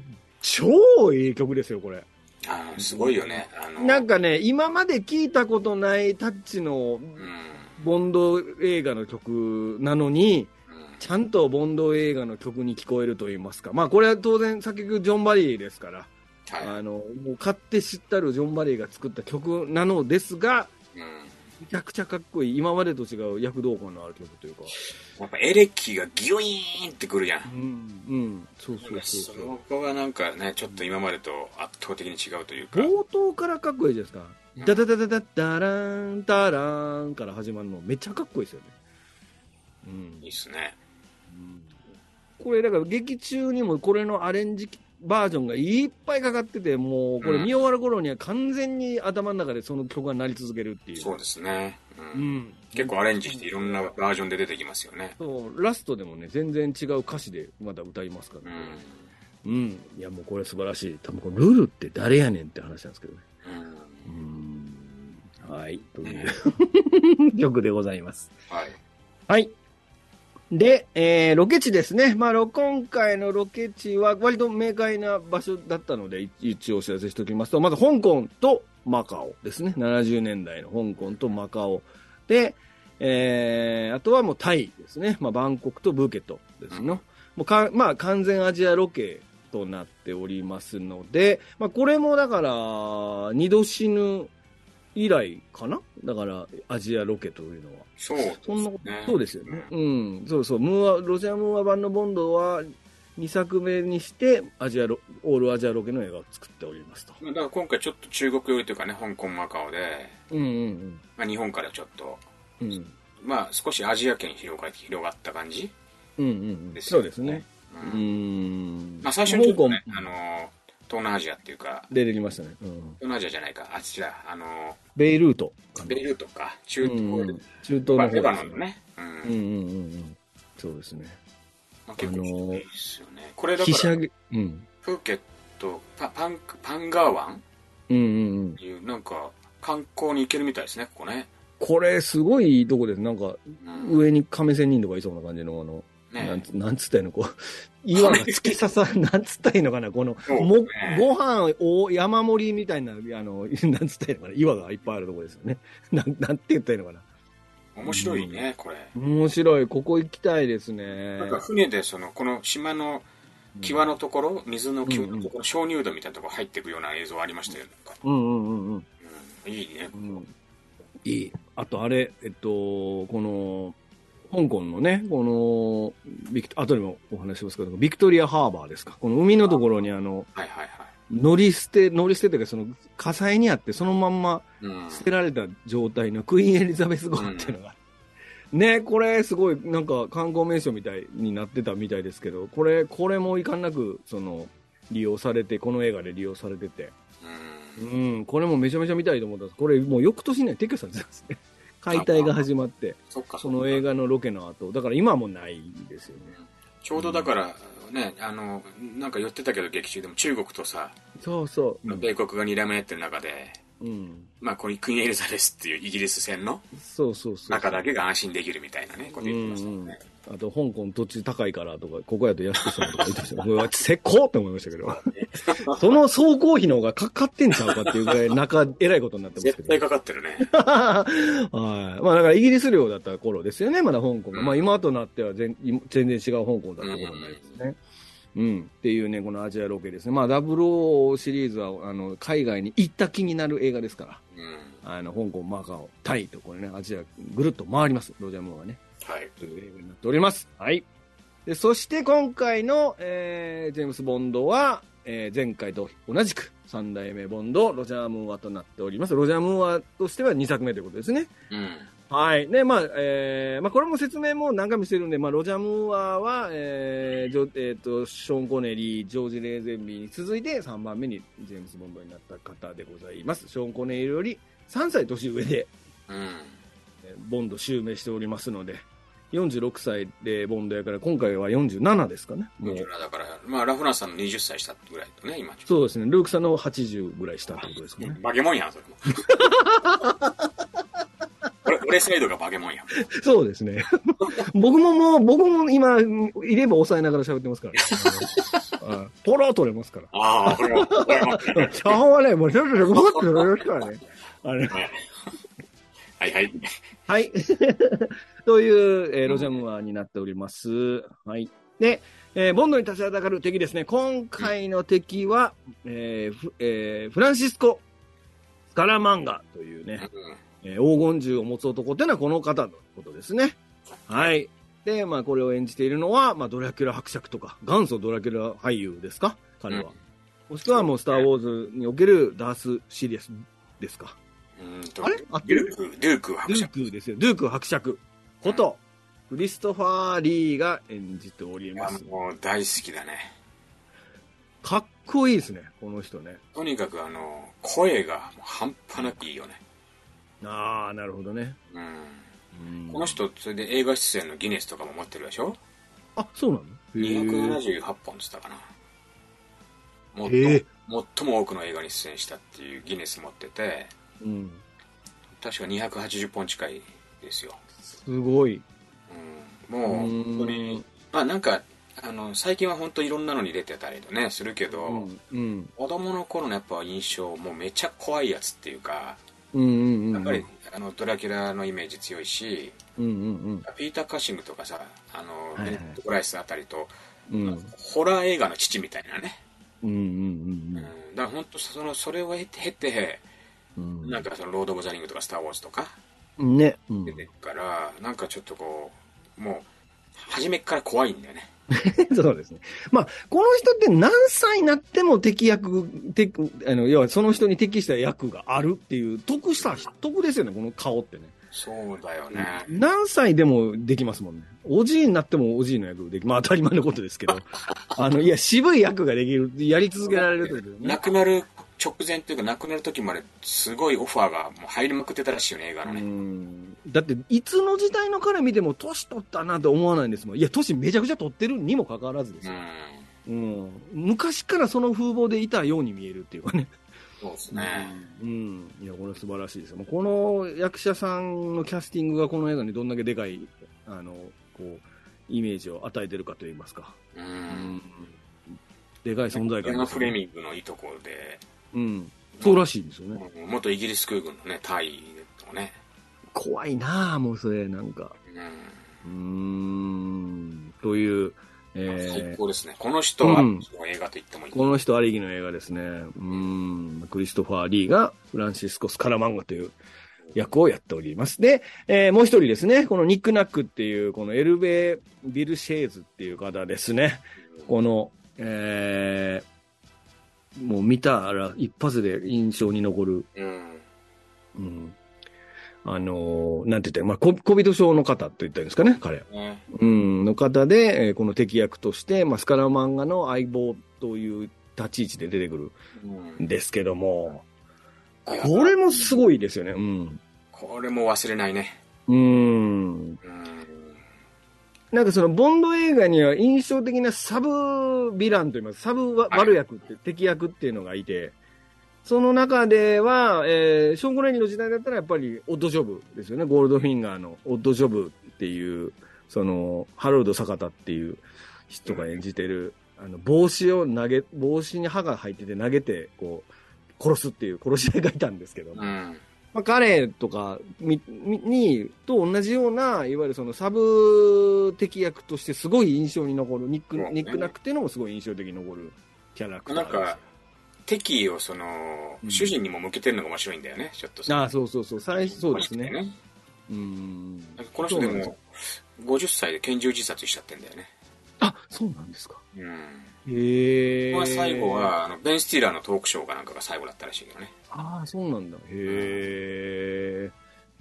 [SPEAKER 1] 超いい曲ですよ、これ。
[SPEAKER 2] あの、すごいよね。あの、
[SPEAKER 1] なんかね、今まで聞いたことないタッチの
[SPEAKER 2] うん、
[SPEAKER 1] ボンド映画の曲なのに、
[SPEAKER 2] うん
[SPEAKER 1] ちゃんとボンド映画の曲に聞こえると言いますか。まあこれは当然作曲ジョン・バリーですから、
[SPEAKER 2] は
[SPEAKER 1] あの、もう買って知ったるジョン・バリーが作った曲なのですが、
[SPEAKER 2] い。うん
[SPEAKER 1] めちゃくちゃかっこいい。今までと違う躍動感のある曲というか。
[SPEAKER 2] やっぱエレキがギュイーンってくるやん。
[SPEAKER 1] うん。うん。そうそうそ
[SPEAKER 2] そう
[SPEAKER 1] そう。
[SPEAKER 2] こがなんかね、ちょっと今までと圧倒的に違うというか。
[SPEAKER 1] 冒頭からかっこいいじゃないですか。ダダダダダダラーン、ダラーンから始まるのめっちゃかっこいいですよね。うん
[SPEAKER 2] いい。っすね。
[SPEAKER 1] これだから劇中にもこれのアレンジバージョンがいっぱいかかっててもうこれ見終わる頃には完全に頭の中でその曲が鳴り続けるっていう
[SPEAKER 2] そうですね。う
[SPEAKER 1] うんん、
[SPEAKER 2] 結構アレンジしていろんなバージョンで出てきますよね。
[SPEAKER 1] そうラストでもね全然違う歌詞でまだ歌いますから
[SPEAKER 2] うん
[SPEAKER 1] ね、。うんいやもうこれ素晴らしい多分このルールって誰やねんって話なんですけどね
[SPEAKER 2] うん
[SPEAKER 1] うんはいと
[SPEAKER 2] ね
[SPEAKER 1] いう曲でございます
[SPEAKER 2] はい。
[SPEAKER 1] はい。で、えーロケ地ですね。まあ、ろ今回のロケ地は割と明快な場所だったので、い一応お知らせしておきますと、まず香港とマカオですね。70年代の香港とマカオ。で、えーあとはもうタイですね。まあ、バンコクとブーケットです
[SPEAKER 2] うん
[SPEAKER 1] の。もうか、まあ、完全アジアロケとなっておりますので、まあ、これもだから、二度死ぬ以来かなだから、アジアロケというのは。
[SPEAKER 2] そう。
[SPEAKER 1] そんなこと、
[SPEAKER 2] ね
[SPEAKER 1] そうですよね。うん、そうそう。ムーア、ロシアムーア版のボンドは、2作目にして、アジアロ、オールアジアロケの映画を作っておりますと。
[SPEAKER 2] まあだから今回ちょっと中国寄りというかね、香港マカオで、
[SPEAKER 1] うんうん
[SPEAKER 2] まあ、日本からちょっと、
[SPEAKER 1] うん。うん。
[SPEAKER 2] まあ少しアジア圏に広が広がった感じ
[SPEAKER 1] うんうんうん。
[SPEAKER 2] です
[SPEAKER 1] そ
[SPEAKER 2] よ
[SPEAKER 1] うですね。
[SPEAKER 2] う
[SPEAKER 1] うんん。
[SPEAKER 2] まあ最初にちょっとね、
[SPEAKER 1] 香
[SPEAKER 2] あ
[SPEAKER 1] 港
[SPEAKER 2] の、東南アジアっていうか、
[SPEAKER 1] 出てきましたね。うん。
[SPEAKER 2] 東南アジアじゃないか、あちら、あの、
[SPEAKER 1] ベイルートかな。
[SPEAKER 2] ベルとか、中東、
[SPEAKER 1] うんうん中東の
[SPEAKER 2] まあ
[SPEAKER 1] 方
[SPEAKER 2] レバノン
[SPEAKER 1] で
[SPEAKER 2] の
[SPEAKER 1] すね。
[SPEAKER 2] ね。うん
[SPEAKER 1] うんうんうんうん。そうですね。
[SPEAKER 2] まあ、結構
[SPEAKER 1] あのー
[SPEAKER 2] いいですよね。これだか
[SPEAKER 1] ひしゃ
[SPEAKER 2] ら、
[SPEAKER 1] げ、うん。
[SPEAKER 2] プーケット、パパンパンガー湾
[SPEAKER 1] うんうんうん
[SPEAKER 2] っ。ていう、なんか、観光に行けるみたいですね、ここね。
[SPEAKER 1] これ、すごいいいとこです。なんか、
[SPEAKER 2] うん
[SPEAKER 1] 上に亀仙人とかいそうな感じの、あの、なん
[SPEAKER 2] ね
[SPEAKER 1] つなんつったらいいのこう、岩が突き刺
[SPEAKER 2] [LAUGHS]
[SPEAKER 1] さ、なんつったらいいのかなこの、
[SPEAKER 2] そう
[SPEAKER 1] も
[SPEAKER 2] ね
[SPEAKER 1] ご飯を山盛りみたいな、あの、 [LAUGHS] なんつったらいいのかな岩がいっぱいあるところですよね。 [LAUGHS] なん、なんて言ったらいいのかな
[SPEAKER 2] 面白いね、これ。
[SPEAKER 1] 面白い。ここ行きたいですね。
[SPEAKER 2] なんか船で、その、この島の際のところ、水の際のところ、鍾乳洞みたいなところ入っていくような映像ありましたよ、なんか。
[SPEAKER 1] うんうんうんうん。
[SPEAKER 2] うん、いいね
[SPEAKER 1] う。んいい。あとあれ、えっと、この、香港のね、この、ビクト、後でもお話ししますけど、ビクトリアハーバーですか。この海のところにあの、
[SPEAKER 2] はいはいはい。
[SPEAKER 1] 乗り捨て、乗り捨てというか、その、火災にあって、そのまんま、
[SPEAKER 2] うん。
[SPEAKER 1] 捨てられた状態のクイーン・エリザベス号っていうのが、ねこれすごいなんか観光名所みたいになってたみたいですけどこれこれもいかんなくその利用されてこの映画で利用されてて
[SPEAKER 2] うん
[SPEAKER 1] うんこれもめちゃめちゃ見たいと思ったんですこれもう翌年ね撤去されてたんですね [LAUGHS] 解体が始まって
[SPEAKER 2] そっか、
[SPEAKER 1] その映
[SPEAKER 2] 画。
[SPEAKER 1] 画のロケの後だから今はもうないですよね
[SPEAKER 2] ちょうどだから、ね、あの、なんか言ってたけど、劇中でも中国とさ、
[SPEAKER 1] そうそう、うん
[SPEAKER 2] 米国が睨み合ってる中で、
[SPEAKER 1] うん。
[SPEAKER 2] まあ、これクイーンエリザベスっていうイギリス戦の
[SPEAKER 1] そうそうそう。
[SPEAKER 2] 中だけが安心できるみたいなね、こと
[SPEAKER 1] う
[SPEAKER 2] 言って
[SPEAKER 1] ん
[SPEAKER 2] ましたよ
[SPEAKER 1] うん
[SPEAKER 2] ね。、
[SPEAKER 1] あと、香港土地高いからとか、ここやと安くするとか言ってましたよ。もうわせっこって思いましたけど。 [LAUGHS] その走行費の方がかかってんちゃうかっていうぐらい、中、えらいことになってますけ
[SPEAKER 2] 絶
[SPEAKER 1] ど [LAUGHS]
[SPEAKER 2] 対。かかってるね。
[SPEAKER 1] はい。まあだからイギリス領だった頃ですよね、まだ香港が。まあ今となっては全今全然違う香港だったことになりますね。うん。っていうね、このアジアロケですね。まあ000シリーズは、あの、海外に行った気になる映画ですから。
[SPEAKER 2] うん。
[SPEAKER 1] あの、香港、マカオ、タイと、これね、アジアぐるっと回ります。ロジャームーアはね。
[SPEAKER 2] はい。
[SPEAKER 1] という映画になっております。はい。で、そして今回の、えージェームス・ボンドは、えー前回と同じく3代目ボンド、ロジャー・ムーアとなっております。ロジャー・ムーアとしては2作目ということですね。
[SPEAKER 2] うん。
[SPEAKER 1] はい。ね、まあ、えーまあ、これも説明も何回もしてるんで、まあ、ロジャー・ムーアは、えージョえーと、ショーン・コネリー、ジョージ・レーゼンビーに続いて3番目にジェームス・ボンドになった方でございます。ショーン・コネリーより3歳年上で、
[SPEAKER 2] うん。
[SPEAKER 1] えーボンド襲名しておりますので、46歳でボンドやから、今回は47ですかね。もう
[SPEAKER 2] 47だから、まあ、ラフランスさんの20歳したぐらいとね、今。
[SPEAKER 1] そうですね。ルークさんの80ぐらいしたってことですかね。
[SPEAKER 2] バケモンやん、それも。俺、俺サイドがバケモンやん。
[SPEAKER 1] [LAUGHS] そうですね。 [LAUGHS] 僕ももう、僕も今、いれば抑えながら喋ってます [LAUGHS] から、ねあの。あポロー取れますから。
[SPEAKER 2] ああ、俺は、俺は待ってる
[SPEAKER 1] 茶飯はね、もう、ちょっと、ちょっと、ちょっと、からね。あれ。
[SPEAKER 2] はいはいはい。
[SPEAKER 1] はい。 [LAUGHS] という、えーロジャムアになっております。はい。で、えーボンドに立ちはだかる敵ですね。今回の敵は、えーフえーフランシスコ・スカラマンガというね、
[SPEAKER 2] うん
[SPEAKER 1] えー黄金銃を持つ男というのはこの方のことですね。はい。で、まあ、これを演じているのは、まあ、ドラキュラ伯爵とか、元祖ドラキュラ俳優ですか彼は。もしくはもう、スター・ウォーズにおけるダース・シリアスですか。
[SPEAKER 2] うんと
[SPEAKER 1] あれ合って
[SPEAKER 2] デュ
[SPEAKER 1] る
[SPEAKER 2] ーク、デューク伯
[SPEAKER 1] ドゥー
[SPEAKER 2] 爵。
[SPEAKER 1] クですよ。ドゥーク伯爵こと、クリストファー・リーが演じており
[SPEAKER 2] い
[SPEAKER 1] ま
[SPEAKER 2] や
[SPEAKER 1] す。
[SPEAKER 2] もう大好きだね。
[SPEAKER 1] かっこいいですね、この人ね。
[SPEAKER 2] とにかく、あの、声がもう半端なくいいよね。
[SPEAKER 1] ああ、なるほどね。
[SPEAKER 2] うん。
[SPEAKER 1] うん
[SPEAKER 2] この人、それで映画出演のギネスとかも持ってるでしょ
[SPEAKER 1] あ、そうなのへ
[SPEAKER 2] ?278 本って言ったかな。
[SPEAKER 1] へ
[SPEAKER 2] 最
[SPEAKER 1] え
[SPEAKER 2] も最も多くの映画に出演したっていうギネス持ってて、
[SPEAKER 1] ーうん。
[SPEAKER 2] 確か280本近いですよ。
[SPEAKER 1] すごい。
[SPEAKER 2] うん、もう
[SPEAKER 1] うん
[SPEAKER 2] 本当に、まあなんか、あの、最近は本当いろんなのに出てたりとね、するけど、
[SPEAKER 1] うん。うん。
[SPEAKER 2] 子供の頃のやっぱ印象、もうめちゃ怖いやつっていうか、
[SPEAKER 1] うんうんうん。
[SPEAKER 2] やっぱり、あの、ドラキュラのイメージ強いし、
[SPEAKER 1] うんうん
[SPEAKER 2] ピーター・カッシングとかさ、あの、
[SPEAKER 1] はいはい
[SPEAKER 2] ベネット・プライスあたりと、
[SPEAKER 1] うん。うん
[SPEAKER 2] ホラー映画の父みたいなね。
[SPEAKER 1] うん
[SPEAKER 2] うん、だから本当その、それを経て、経て
[SPEAKER 1] うん
[SPEAKER 2] なんかその、ロード・オブ・ザ・リングとか、スター・ウォーズとか
[SPEAKER 1] うん。ね。うん [LAUGHS]
[SPEAKER 2] 出てるから、なんかちょっとこう、もう、初めっから怖いんだよね。
[SPEAKER 1] そうですね。まあ、この人って何歳になっても適役、適、あの、要はその人に適した役があるっていう、得した、得ですよね、この顔ってね。
[SPEAKER 2] そうだよね。
[SPEAKER 1] 何歳でもできますもんね。おじいになってもおじいの役できまあ当たり前のことですけ
[SPEAKER 2] [LAUGHS]
[SPEAKER 1] ど。あの、いや、渋い役ができる、やり続けられるということ
[SPEAKER 2] 亡
[SPEAKER 1] ね。
[SPEAKER 2] くなる直前というか、亡くなる時まですごいオファーがもう入りまくってたらしいよね、映画の
[SPEAKER 1] う
[SPEAKER 2] ね。
[SPEAKER 1] んだって、いつの時代の彼見ても、年取ったなと思わないんですもん。いや、年めちゃくちゃ取ってるにもかかわらずです
[SPEAKER 2] う
[SPEAKER 1] よ、
[SPEAKER 2] ん。
[SPEAKER 1] うん。昔からその風貌でいたように見えるっていうかね。
[SPEAKER 2] そうですね。
[SPEAKER 1] うん、いや、これ素晴らしいですよ。もうこの役者さんのキャスティングがこの映画にどんだけでかい、あの、こう、イメージを与えてるかといいますか。
[SPEAKER 2] う。。
[SPEAKER 1] うんでかい存在
[SPEAKER 2] エ
[SPEAKER 1] 感
[SPEAKER 2] マ・
[SPEAKER 1] です
[SPEAKER 2] フ
[SPEAKER 1] よ
[SPEAKER 2] レ
[SPEAKER 1] ね
[SPEAKER 2] ミングのいいところで、
[SPEAKER 1] うん。そうらしいですよね。
[SPEAKER 2] うん元イギリス空軍のね、タイのね。
[SPEAKER 1] 怖いなあもうそれ、なんか。
[SPEAKER 2] うん。
[SPEAKER 1] うーん。という、
[SPEAKER 2] 最
[SPEAKER 1] えー、
[SPEAKER 2] 高ですね。この人は、
[SPEAKER 1] うん
[SPEAKER 2] 映画と言ってもいい。
[SPEAKER 1] この人ありきの映画ですね。うん。クリストファー・リーがフランシスコ・スカラマンガという役をやっております。で、えーもう一人ですね、このニックナックっていう、このエルベー・ビルシェーズっていう方ですね。この、えーもう見たら一発で印象に残る、
[SPEAKER 2] うん。
[SPEAKER 1] うん、あのーなんて言ったら、まあ、こ小人症の方と言ったらいいんですかね、彼。
[SPEAKER 2] ね。
[SPEAKER 1] うん、の方で、えーこの敵役として、まあ、スカラマンガの相棒という立ち位置で出てく
[SPEAKER 2] うん
[SPEAKER 1] るんですけども、
[SPEAKER 2] いや
[SPEAKER 1] これもすごいですよね、うん。
[SPEAKER 2] これも忘れないね。
[SPEAKER 1] うん。
[SPEAKER 2] うん。
[SPEAKER 1] なんかそのボンド映画には印象的なサブヴィランといいますサブわ悪役って、敵役っていうのがいて、その中では、えーショーン・コネリーの時代だったらやっぱりオッドジョブですよね。ゴールドフィンガーのオッドジョブっていう、その、ハロルド・坂田っていう人が演じてる、あの、帽子を投げ、帽子に歯が入ってて投げて、こう、殺すっていう殺し合いがいたんですけど、
[SPEAKER 2] うん。
[SPEAKER 1] まあ、彼とかみみに、と同じような、いわゆるそのサブ的役としてすごい印象に残る、ニック、
[SPEAKER 2] そうね
[SPEAKER 1] ニックナックっていうのもすごい印象的に残るキャラクター
[SPEAKER 2] なん
[SPEAKER 1] ですよ
[SPEAKER 2] か、敵意をその、
[SPEAKER 1] うん
[SPEAKER 2] 主人にも向けてるのが面白いんだよね、ちょっと
[SPEAKER 1] ああ、そうそうそう、最初そうです
[SPEAKER 2] この
[SPEAKER 1] ね。
[SPEAKER 2] 人ね
[SPEAKER 1] うん。
[SPEAKER 2] なんかこの人で
[SPEAKER 1] そうなんです
[SPEAKER 2] も、50歳で拳銃自殺しちゃってんだよね。
[SPEAKER 1] あ、そうなんですか。
[SPEAKER 2] うん。
[SPEAKER 1] へえ。
[SPEAKER 2] まあ最後。は、あのベン・スティーラーのトークショーかなんかが最後だったらしいけどね。
[SPEAKER 1] ああ、そうなんだ。へえ。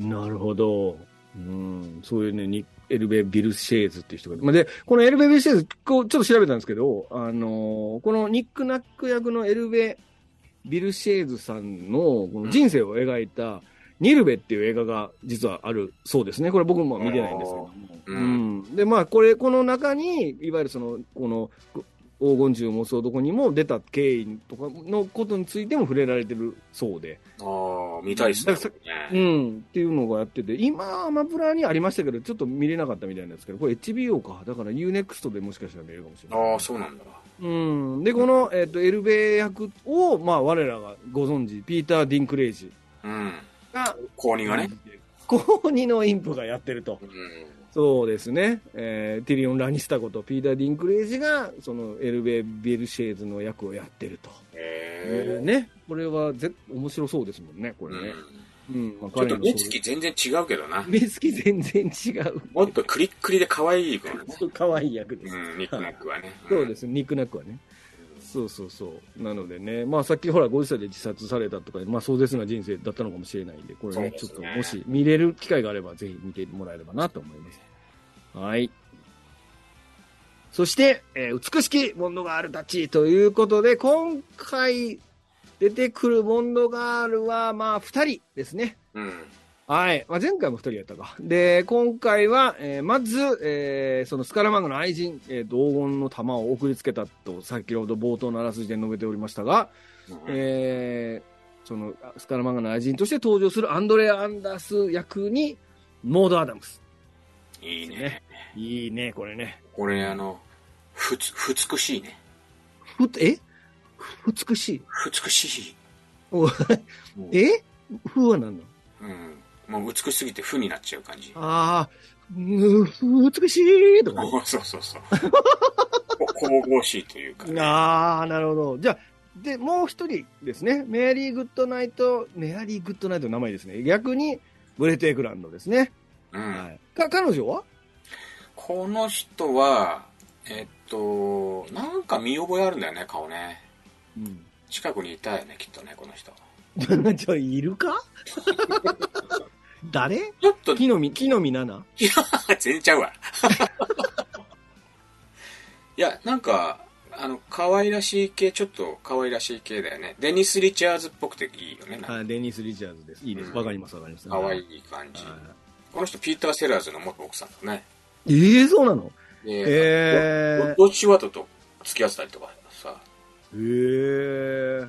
[SPEAKER 1] なるほど。うん、そういうね、にエルベ・ビル・シェーズっていう人が。まあ、で、このエルベ・ビル・シェーズ、こう、ちょっと調べたんですけど、あのーこのニック・ナック役のエルベ・ビル・シェーズさんのこの人生を描いた、ニルベっていう映画が実はあるそうですね。これ僕も見てないんですけども。
[SPEAKER 2] う
[SPEAKER 1] うんん、で、まあ、これ、この中に、いわゆるその、この、黄金銃を持つ男にも出た経緯とかのことについても触れられてるそうで、
[SPEAKER 2] ああ、見たいっすね。
[SPEAKER 1] だからう
[SPEAKER 2] ね
[SPEAKER 1] ん、っていうのがやってて、今、アマプラにありましたけど、ちょっと見れなかったみたいなんですけど、これ HBO か、だから UNEXT でもしかしたら見れるかもしれない。
[SPEAKER 2] ああ、そうなんだ。
[SPEAKER 1] うん、で、この、えっとエルベ役を、まあ、我らがご存知、ピーター・ディンクレイジ
[SPEAKER 2] うん。
[SPEAKER 1] が、
[SPEAKER 2] 高2がね。
[SPEAKER 1] [LAUGHS] 高2のインプがやってると
[SPEAKER 2] う。ん。
[SPEAKER 1] そうですね、えーティリオン・ラニスタことピーター・ディンクレイジが、そのエルベ・ビルシェーズの役をやってると。
[SPEAKER 2] へえ。
[SPEAKER 1] ね、これはぜ面白そうですもんね、こ
[SPEAKER 2] う
[SPEAKER 1] れね。
[SPEAKER 2] ん
[SPEAKER 1] うん、まあ
[SPEAKER 2] ちょっ
[SPEAKER 1] 彼
[SPEAKER 2] と
[SPEAKER 1] の
[SPEAKER 2] 目つき全然違うけどな。
[SPEAKER 1] 目つき全然違う。
[SPEAKER 2] もっとクリックリで可愛いからね。
[SPEAKER 1] 可愛い役です。
[SPEAKER 2] うん、ニックナックはね。。
[SPEAKER 1] そうですす、ニックナックはね。そうそうそう。なのでね、まあさっきほら、50歳で自殺されたとか、まあ壮絶な人生だったのかもしれないんで、これね、
[SPEAKER 2] そうで
[SPEAKER 1] ちょっ
[SPEAKER 2] す
[SPEAKER 1] と
[SPEAKER 2] ね
[SPEAKER 1] もし見れる機会があれば、ぜひ見てもらえればなと思います。はい。そして、えー美しきボンドガールたちということで、今回出てくるボンドガールは、まあ2人ですね。
[SPEAKER 2] うん。
[SPEAKER 1] はい。まあ、前回も二人やったか。で、今回は、えーまず、えーそのスカラマンガの愛人、えー黄金の玉を送りつけたと、先ほど冒頭のあらすじで述べておりましたが、
[SPEAKER 2] うん
[SPEAKER 1] えーそのスカラマンガの愛人として登場するアンドレア・アンダース役に、モード・アダムス。
[SPEAKER 2] いいね。
[SPEAKER 1] いいね、これね。
[SPEAKER 2] これ、あの、ふつ、ふつくしいね。
[SPEAKER 1] ふ、え美しい。
[SPEAKER 2] ふつくしい。
[SPEAKER 1] お
[SPEAKER 2] もう
[SPEAKER 1] えふは何なの
[SPEAKER 2] うん。もう美しすぎてふになっちゃう感じ。
[SPEAKER 1] ああ、う美しいとか。
[SPEAKER 2] [LAUGHS] そうそうそう。こ神々しいというかね、
[SPEAKER 1] ああ、なるほど。じゃあ、で、もう一人ですね。メアリー・グッドナイト、メアリー・グッドナイトの名前ですね。逆に、ブレテ・エクランドですね。
[SPEAKER 2] うん
[SPEAKER 1] はい。か、彼女は
[SPEAKER 2] この人は、えっと、なんか見覚えあるんだよね、顔ね。
[SPEAKER 1] うん。
[SPEAKER 2] 近くにいたよね、きっとね、この人。
[SPEAKER 1] [LAUGHS] じゃあ、いるか誰
[SPEAKER 2] ちょっと、
[SPEAKER 1] 木の実、木の実奈
[SPEAKER 2] 全然ちゃうわ。 [LAUGHS] いや、なんか、あの、可愛らしい系、ちょっと可愛らしい系だよね。デニス・リチャーズっぽくていいよね、なんか
[SPEAKER 1] 々あ、デニス・リチャーズです。いいです。わかります、わかります。
[SPEAKER 2] 可愛
[SPEAKER 1] はい。
[SPEAKER 2] い感じ。この人、ピーター・セラーズの元奥さんだね。
[SPEAKER 1] ええそうなの
[SPEAKER 2] で、
[SPEAKER 1] え
[SPEAKER 2] ロッド・シュワートと付き合ってたりとかさ、
[SPEAKER 1] えええ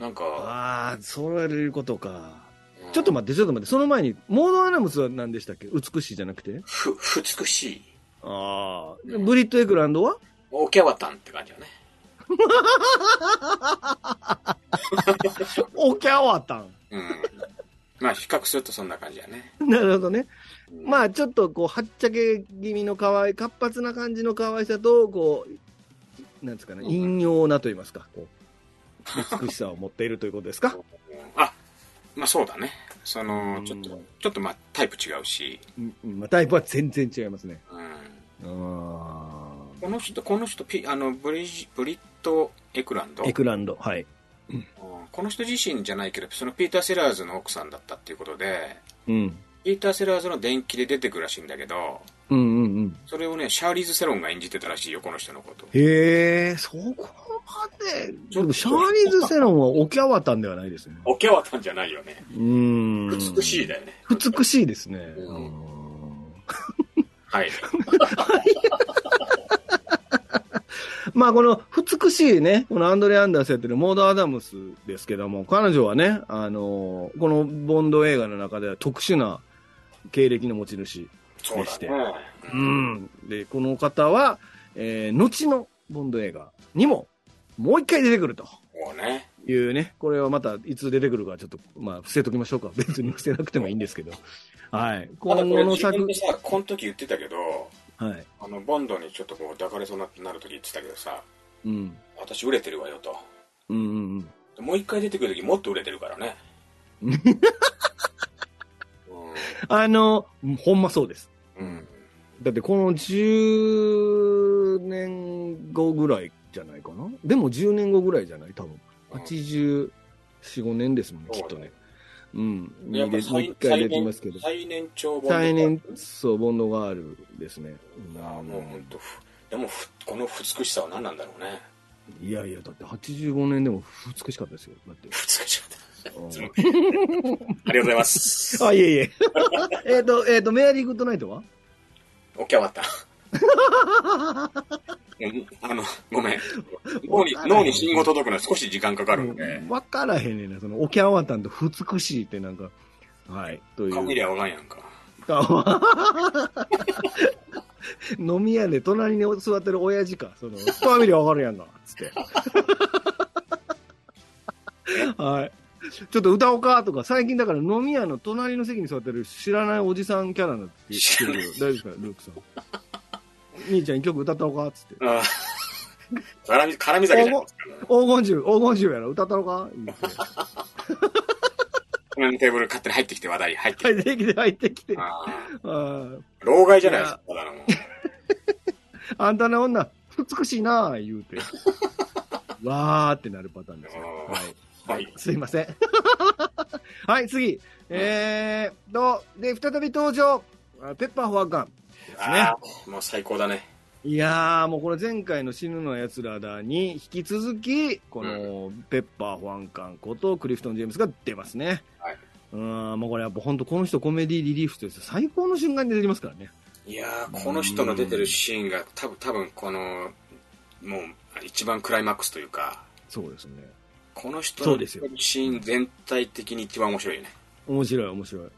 [SPEAKER 2] なんか、
[SPEAKER 1] ああ、そういうことか。
[SPEAKER 2] うん
[SPEAKER 1] ちょっと待って、ちょっと待って。その前に、モード・アナムスは何でしたっけ美しいじゃなくて
[SPEAKER 2] ふ、ふつくしい。
[SPEAKER 1] ああ、ブリット・エクランドは
[SPEAKER 2] おキャワタンって感じだね。
[SPEAKER 1] おきゃわたん。
[SPEAKER 2] うん。まあ、比較するとそんな感じだね。
[SPEAKER 1] なるほどね。
[SPEAKER 2] うん
[SPEAKER 1] まあ、ちょっと、こう、はっちゃけ気味の可愛い、活発な感じの可愛さと、こう、なんですかね、
[SPEAKER 2] うん
[SPEAKER 1] 陰陽なと言いますか、こう、美しさを持っているということですか
[SPEAKER 2] あ、まあそうだね。その
[SPEAKER 1] う、ん
[SPEAKER 2] ちょっと、ちょっとまあタイプ違うし、
[SPEAKER 1] うんうん、まあ、タイプは全然違いますね。
[SPEAKER 2] うん。
[SPEAKER 1] あ
[SPEAKER 2] この人、この人、ピあの、ブリジ、ブリット・エクランド。
[SPEAKER 1] エクランド、はい。
[SPEAKER 2] うんこの人自身じゃないけど、そのピーター・セラーズの奥さんだったっていうことで、
[SPEAKER 1] うん。
[SPEAKER 2] ピーター・セラーズの電気で出てくるらしいんだけど、
[SPEAKER 1] うんうんうん。
[SPEAKER 2] それをね、シャーリーズ・セロンが演じてたらしいよ、この人のこと。
[SPEAKER 1] へえ、そこまで、でもシャーリーズ・セロンはおきゃわたんではないですね。
[SPEAKER 2] おキャワタンじゃないよね。
[SPEAKER 1] うん。
[SPEAKER 2] 美しい。だよね。
[SPEAKER 1] 美しいですね。
[SPEAKER 2] う
[SPEAKER 1] うん
[SPEAKER 2] はい。
[SPEAKER 1] まあ、この、美しいね、このアンドレ・アンダースやってるモード・アダムスですけども、彼女はね、あのこのボンド映画の中では特殊な経歴の持ち主。
[SPEAKER 2] そう
[SPEAKER 1] して
[SPEAKER 2] だね。
[SPEAKER 1] うん。で、この方は、えー後のボンド映画にも、もう一回出てくると。
[SPEAKER 2] もうね。
[SPEAKER 1] いうね、これはまたいつ出てくるかちょっと、まあ、伏せときましょうか。別に伏せなくてもいいんですけど。はい。
[SPEAKER 2] た
[SPEAKER 1] 今
[SPEAKER 2] だこれ
[SPEAKER 1] 後の
[SPEAKER 2] 自分
[SPEAKER 1] 作
[SPEAKER 2] で、さ、この時言ってたけど、
[SPEAKER 1] はい。
[SPEAKER 2] あの、ボンドにちょっとこう抱かれそうになる時言ってたけどさ、
[SPEAKER 1] うん。
[SPEAKER 2] 私売れてるわよと。
[SPEAKER 1] うんうんうん。
[SPEAKER 2] もう一回出てくる時もっと売れてるから [LAUGHS] ね。うん
[SPEAKER 1] あの、ほんまそうです。
[SPEAKER 2] うん。
[SPEAKER 1] だってこの10年後ぐらいじゃないかなでも10年後ぐらいじゃない多分。84、5年ですもんね、きっとね。うん。
[SPEAKER 2] やっぱ
[SPEAKER 1] でもう一
[SPEAKER 2] 最
[SPEAKER 1] 回
[SPEAKER 2] 最
[SPEAKER 1] 出てきま
[SPEAKER 2] 年
[SPEAKER 1] すけど。
[SPEAKER 2] 最年長ボンド
[SPEAKER 1] 最年、そう、ボンドガールですね。
[SPEAKER 2] ああもう本当ふでもふこの美しさは何なんだろうね
[SPEAKER 1] いやいや、だって85年でも美しかったですよ。だって。
[SPEAKER 2] 美しかったありがとうござい [LAUGHS] ます
[SPEAKER 1] あ、いえいえ。 [LAUGHS] えっと、えっ、と、メアリー・グッドナイトは
[SPEAKER 2] OK 終わった [LAUGHS] うんあのごめん脳 [LAUGHS] に脳に信号届くのは少し時間かかるんで
[SPEAKER 1] わからへんねんな。その、オキャワタンと美しいってなんか、はい。という。
[SPEAKER 2] 顔見りゃわかんやんか
[SPEAKER 1] か [LAUGHS] わ飲み屋で隣に座ってる親父か。その、パミリわかるやんか。つって。 [LAUGHS] はい。ちょっと歌おうかとか、最近だから飲み屋の隣の席に座ってる知らないおじさんキャラになって
[SPEAKER 2] 知ら
[SPEAKER 1] る。大丈夫ですか、ルークさん。兄ちゃん曲歌ったおうかつって。
[SPEAKER 2] ああ絡み絡み酒じゃないですか
[SPEAKER 1] 黄金銃、黄金銃やろ歌ったのか言っ
[SPEAKER 2] [LAUGHS]
[SPEAKER 1] て
[SPEAKER 2] このテーブル勝手に入ってきて話題入ってきて、
[SPEAKER 1] 入ってきて、入ってきて。あ
[SPEAKER 2] ああ
[SPEAKER 1] あ
[SPEAKER 2] 老害じゃないですかただのもう
[SPEAKER 1] あんたの女、美しいなあ言う
[SPEAKER 2] [LAUGHS]
[SPEAKER 1] て。わーってなるパターンですね。
[SPEAKER 2] あー
[SPEAKER 1] はい。
[SPEAKER 2] はい
[SPEAKER 1] すいません。 [LAUGHS] はい、次。えーっと、で、再び登場。あペッパーフォアガン。
[SPEAKER 2] ああもう最高だね
[SPEAKER 1] いやー、もうこれ前回の死ぬのは奴らだに引き続き、このペッパー保安官ことクリフトン・ジェームスが出ますね。
[SPEAKER 2] はい。
[SPEAKER 1] うーん、もうこれやっぱ本当この人コメディリリーフとして最高の瞬間に出てきますからね。
[SPEAKER 2] いやーこの人の出てるシーンが多分多分このもう一番クライマックスというか
[SPEAKER 1] そうですね。
[SPEAKER 2] この人
[SPEAKER 1] そ
[SPEAKER 2] の
[SPEAKER 1] うで
[SPEAKER 2] 出
[SPEAKER 1] す
[SPEAKER 2] て
[SPEAKER 1] よ
[SPEAKER 2] るシーン全体的に一番面白いね
[SPEAKER 1] 面白い、面白い。
[SPEAKER 2] うん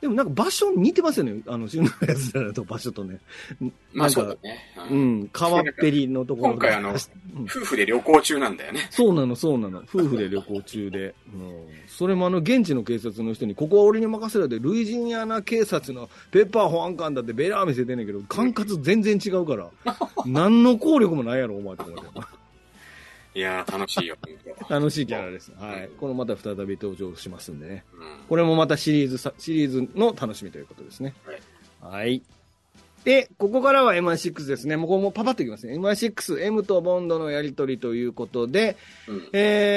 [SPEAKER 1] でもなんか場所似てますよね。あの、死ぬのやつらと場所とね。
[SPEAKER 2] ま
[SPEAKER 1] な
[SPEAKER 2] あ
[SPEAKER 1] ん
[SPEAKER 2] そ
[SPEAKER 1] か
[SPEAKER 2] うだね、う
[SPEAKER 1] うんん、川っぺりのところ
[SPEAKER 2] 今回あの
[SPEAKER 1] うん
[SPEAKER 2] 夫婦で旅行中なんだよね
[SPEAKER 1] そうなの、そうなの。夫婦で旅行中で。うん、それもあの、現地の警察の人に、ここは俺に任せろで、ルイジニアな警察のペッパー保安官だってベラー見せてんねんけど、管轄全然違う [LAUGHS] から、何の効力もないやろ、お前って思って。
[SPEAKER 2] いやー楽しいよ、
[SPEAKER 1] 楽しいキャラです。はい。このまた再び登場しますんでね。
[SPEAKER 2] うん
[SPEAKER 1] これもまたシリーズさ、シリーズの楽しみということですね。はい。で、ここからは MI6 ですね。もうここもパパッといきますね。MI6、M とボンドのやりとりということで、
[SPEAKER 2] うん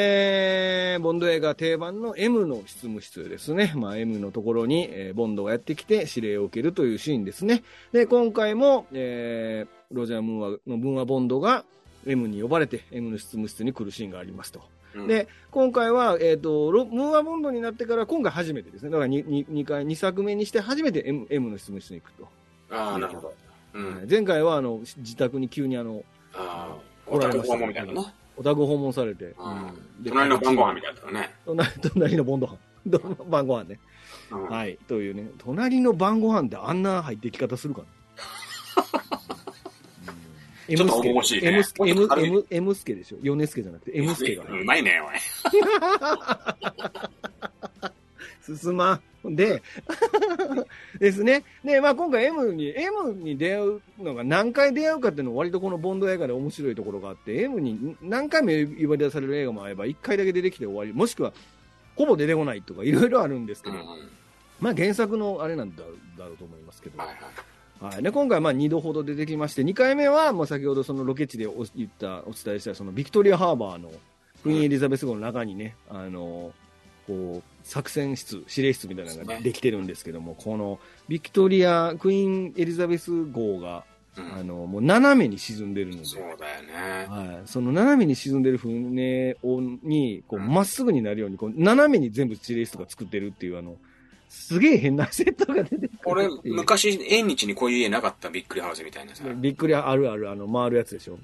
[SPEAKER 1] えー、ボンド映画定番の M の執務室ですね。まあ、M のところに、えーボンドがやってきて指令を受けるというシーンですね。で、今回も、えー、ロジャー・ムーアの文アボンドが M に呼ばれて M の執務室に来るシーンがありますと。
[SPEAKER 2] うん
[SPEAKER 1] で、今回は、えっ、と、ロムーアボンドになってから今回初めてですね。だから 2, 2, 回、2作目にして初めて M, M の執務室に行くと。
[SPEAKER 2] ああなるほど、うん
[SPEAKER 1] はい前回は、あの、自宅に急にあの、
[SPEAKER 2] ああ
[SPEAKER 1] お
[SPEAKER 2] お
[SPEAKER 1] られ
[SPEAKER 2] 宅
[SPEAKER 1] ました
[SPEAKER 2] 訪問みたいなね、
[SPEAKER 1] お宅を訪問されて、
[SPEAKER 2] うん、
[SPEAKER 1] で
[SPEAKER 2] 隣の晩ご飯みたいなね、
[SPEAKER 1] 隣隣のボンド飯。 [LAUGHS] ど晩ご飯ね。
[SPEAKER 2] うん
[SPEAKER 1] はい。というね、隣の晩ご飯であんな入ってき方するか
[SPEAKER 2] [LAUGHS]
[SPEAKER 1] な。うん
[SPEAKER 2] ちょっと重々しいね
[SPEAKER 1] M スケ、
[SPEAKER 2] も
[SPEAKER 1] M
[SPEAKER 2] うちょっと軽い
[SPEAKER 1] M M スケでしょ。米スケじゃなくて M スケが
[SPEAKER 2] うまいねおい
[SPEAKER 1] 進まん。で、 [LAUGHS] ですね。で、まあ今回 M に、M に出会うのが何回出会うかっていうのは割とこのボンド映画で面白いところがあって、M に何回も呼び出される映画もあれば、1回だけ出てきて終わり、もしくはほぼ出てこないとかいろいろあるんですけ
[SPEAKER 2] うん
[SPEAKER 1] ど、
[SPEAKER 2] うん
[SPEAKER 1] まあ原作のあれなんだだろうと思いますけど。
[SPEAKER 2] はいはい
[SPEAKER 1] はい、で今回まあ2度ほど出てきまして、2回目はもう先ほどそのロケ地でお言ったお伝えしたそのビクトリアハーバーのクイーンエリザベス号の中にね、あのこう作戦室、指令室みたいなのができてるんですけども、このビクトリア、クイーンエリザベス号が、
[SPEAKER 2] う
[SPEAKER 1] あ
[SPEAKER 2] ん
[SPEAKER 1] のもう斜めに沈んでるので、
[SPEAKER 2] そうだよね
[SPEAKER 1] はい、その斜めに沈んでる船をにこう
[SPEAKER 2] うん
[SPEAKER 1] まっすぐになるようにこう斜めに全部地レースとか作ってるっていうあのすげえ変なセットが出てく
[SPEAKER 2] 俺
[SPEAKER 1] るっていう。
[SPEAKER 2] 昔縁日にこういう家なかったびっくりハウスみたいなさ、うん、
[SPEAKER 1] びっくりあるある、あの、回るやつでしょ。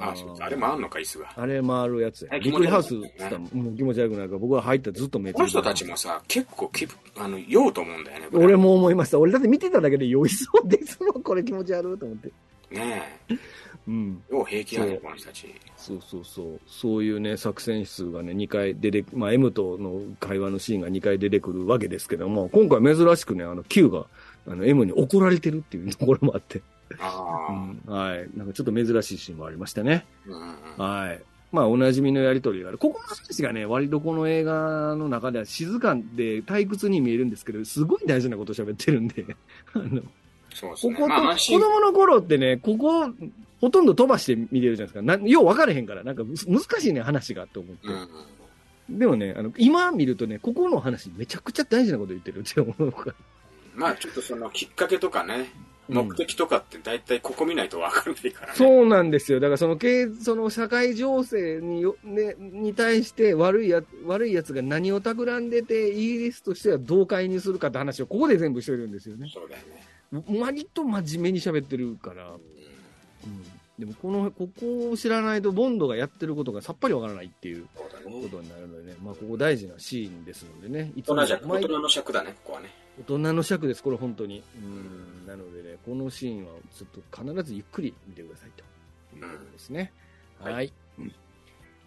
[SPEAKER 2] あそうあれもあんのか椅子が
[SPEAKER 1] あれ回るやつや。
[SPEAKER 2] はい
[SPEAKER 1] びっくりハウスっつったら、もう気持ち悪くなるから、僕は入ったらずっと目つぶ
[SPEAKER 2] この人たちもさ結構きあの酔うと思うんだよねこれ
[SPEAKER 1] 俺も思いました。俺だって見てただけで酔いそうですもん、これ気持ち悪いと思って。
[SPEAKER 2] ねえ
[SPEAKER 1] うん。
[SPEAKER 2] よう平気なの
[SPEAKER 1] そう
[SPEAKER 2] この人たち
[SPEAKER 1] そうそうそう。そういうね、作戦数がね、2回出て、まあ、M との会話のシーンが2回出てくるわけですけども、今回珍しくね、あの、Q が、あの、M に怒られてるっていうところもあって、
[SPEAKER 2] あ
[SPEAKER 1] う
[SPEAKER 2] あ、
[SPEAKER 1] んはい。なんかちょっと珍しいシーンもありましたね。
[SPEAKER 2] うんうんうん
[SPEAKER 1] はい。まあ、おなじみのやりとりがある。ここの話がね、割とこの映画の中では静かで退屈に見えるんですけど、すごい大事なこと喋ってるんで、 [LAUGHS] あの、
[SPEAKER 2] そうです
[SPEAKER 1] こ
[SPEAKER 2] ね
[SPEAKER 1] こと、
[SPEAKER 2] まあ
[SPEAKER 1] 子
[SPEAKER 2] 安心
[SPEAKER 1] 供の頃ってね、ここ、ほとんど飛ばして見てるじゃないですか。なよう分かれへんから、なんかむ難しいね、話がと思って。
[SPEAKER 2] うんうん
[SPEAKER 1] でもね、あの、今見るとね、ここの話めちゃくちゃ大事なこと言ってるって思うから。
[SPEAKER 2] まあちょっとそのきっかけとかね
[SPEAKER 1] うん
[SPEAKER 2] 目的とかって大体ここ見ないと分かんないからね、
[SPEAKER 1] そうなんですよ。だからその経、その社会情勢によ、ね、に対して悪いや、悪いやつが何を企んでて、イギリスとしてはどう介入するかって話をここで全部してるんですよね。
[SPEAKER 2] そうだよね、
[SPEAKER 1] 割と真面目に喋ってるから。
[SPEAKER 2] うん
[SPEAKER 1] うん。でもこの、ここを知らないと、ボンドがやってることがさっぱりわからないっていう
[SPEAKER 2] そうだ
[SPEAKER 1] こ
[SPEAKER 2] ね
[SPEAKER 1] とになるのでね。まあ、ここ大事なシーンですのでね。いつ
[SPEAKER 2] 大
[SPEAKER 1] も
[SPEAKER 2] 人じゃ大
[SPEAKER 1] 毎
[SPEAKER 2] 人の尺だねここはね
[SPEAKER 1] 大人の尺です、これ本当に。うん。なのでね、このシーンはちょっと必ずゆっくり見てくださいということですね。
[SPEAKER 2] うん
[SPEAKER 1] はい。
[SPEAKER 2] は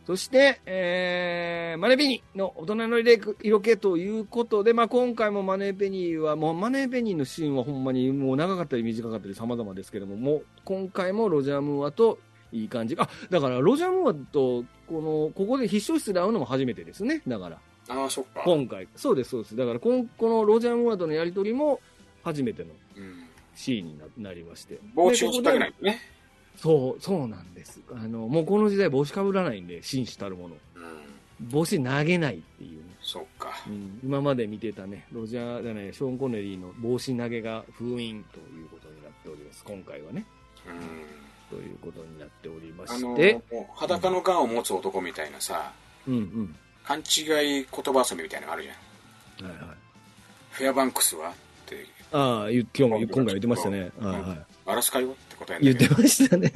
[SPEAKER 1] そして、えー、マネペニーの大人の色気ということで、まあ、今回もマネペニーは、もうマネペニーのシーンはほんまにもう長かったり短かったり様々ですけども、もう今回もロジャームーアといい感じ。あ、だからロジャームーアと、この、ここで必勝室で会うのも初めてですね。だから。
[SPEAKER 2] ああそっか、
[SPEAKER 1] 今回そうですそうですだからこんこのロジャー・ムーアとのやり取りも初めての
[SPEAKER 2] うん、
[SPEAKER 1] シーンにななりまして
[SPEAKER 2] 帽子をしたくない
[SPEAKER 1] でこ
[SPEAKER 2] ね
[SPEAKER 1] こでそうそうなんですあのもうこの時代帽子かぶらないんで紳士たるもの
[SPEAKER 2] うん
[SPEAKER 1] 帽子投げないっていうね、
[SPEAKER 2] そっか
[SPEAKER 1] うん今まで見てたねロジャーじゃないショーン・コネリーの帽子投げが封印ということになっております今回はね
[SPEAKER 2] うん
[SPEAKER 1] ということになっておりま
[SPEAKER 2] あ
[SPEAKER 1] し
[SPEAKER 2] の
[SPEAKER 1] て、
[SPEAKER 2] もう裸のガンを持つ男みたいなさ
[SPEAKER 1] うん
[SPEAKER 2] 勘違い言葉遊びみたいなのあるじゃん
[SPEAKER 1] うんはいはい
[SPEAKER 2] フェアバンクスはって
[SPEAKER 1] ああ言今日も今回言ってましたね、はいはい、
[SPEAKER 2] バラスかよって答え
[SPEAKER 1] 言
[SPEAKER 2] る
[SPEAKER 1] っ
[SPEAKER 2] ん
[SPEAKER 1] て
[SPEAKER 2] だけど
[SPEAKER 1] ましたね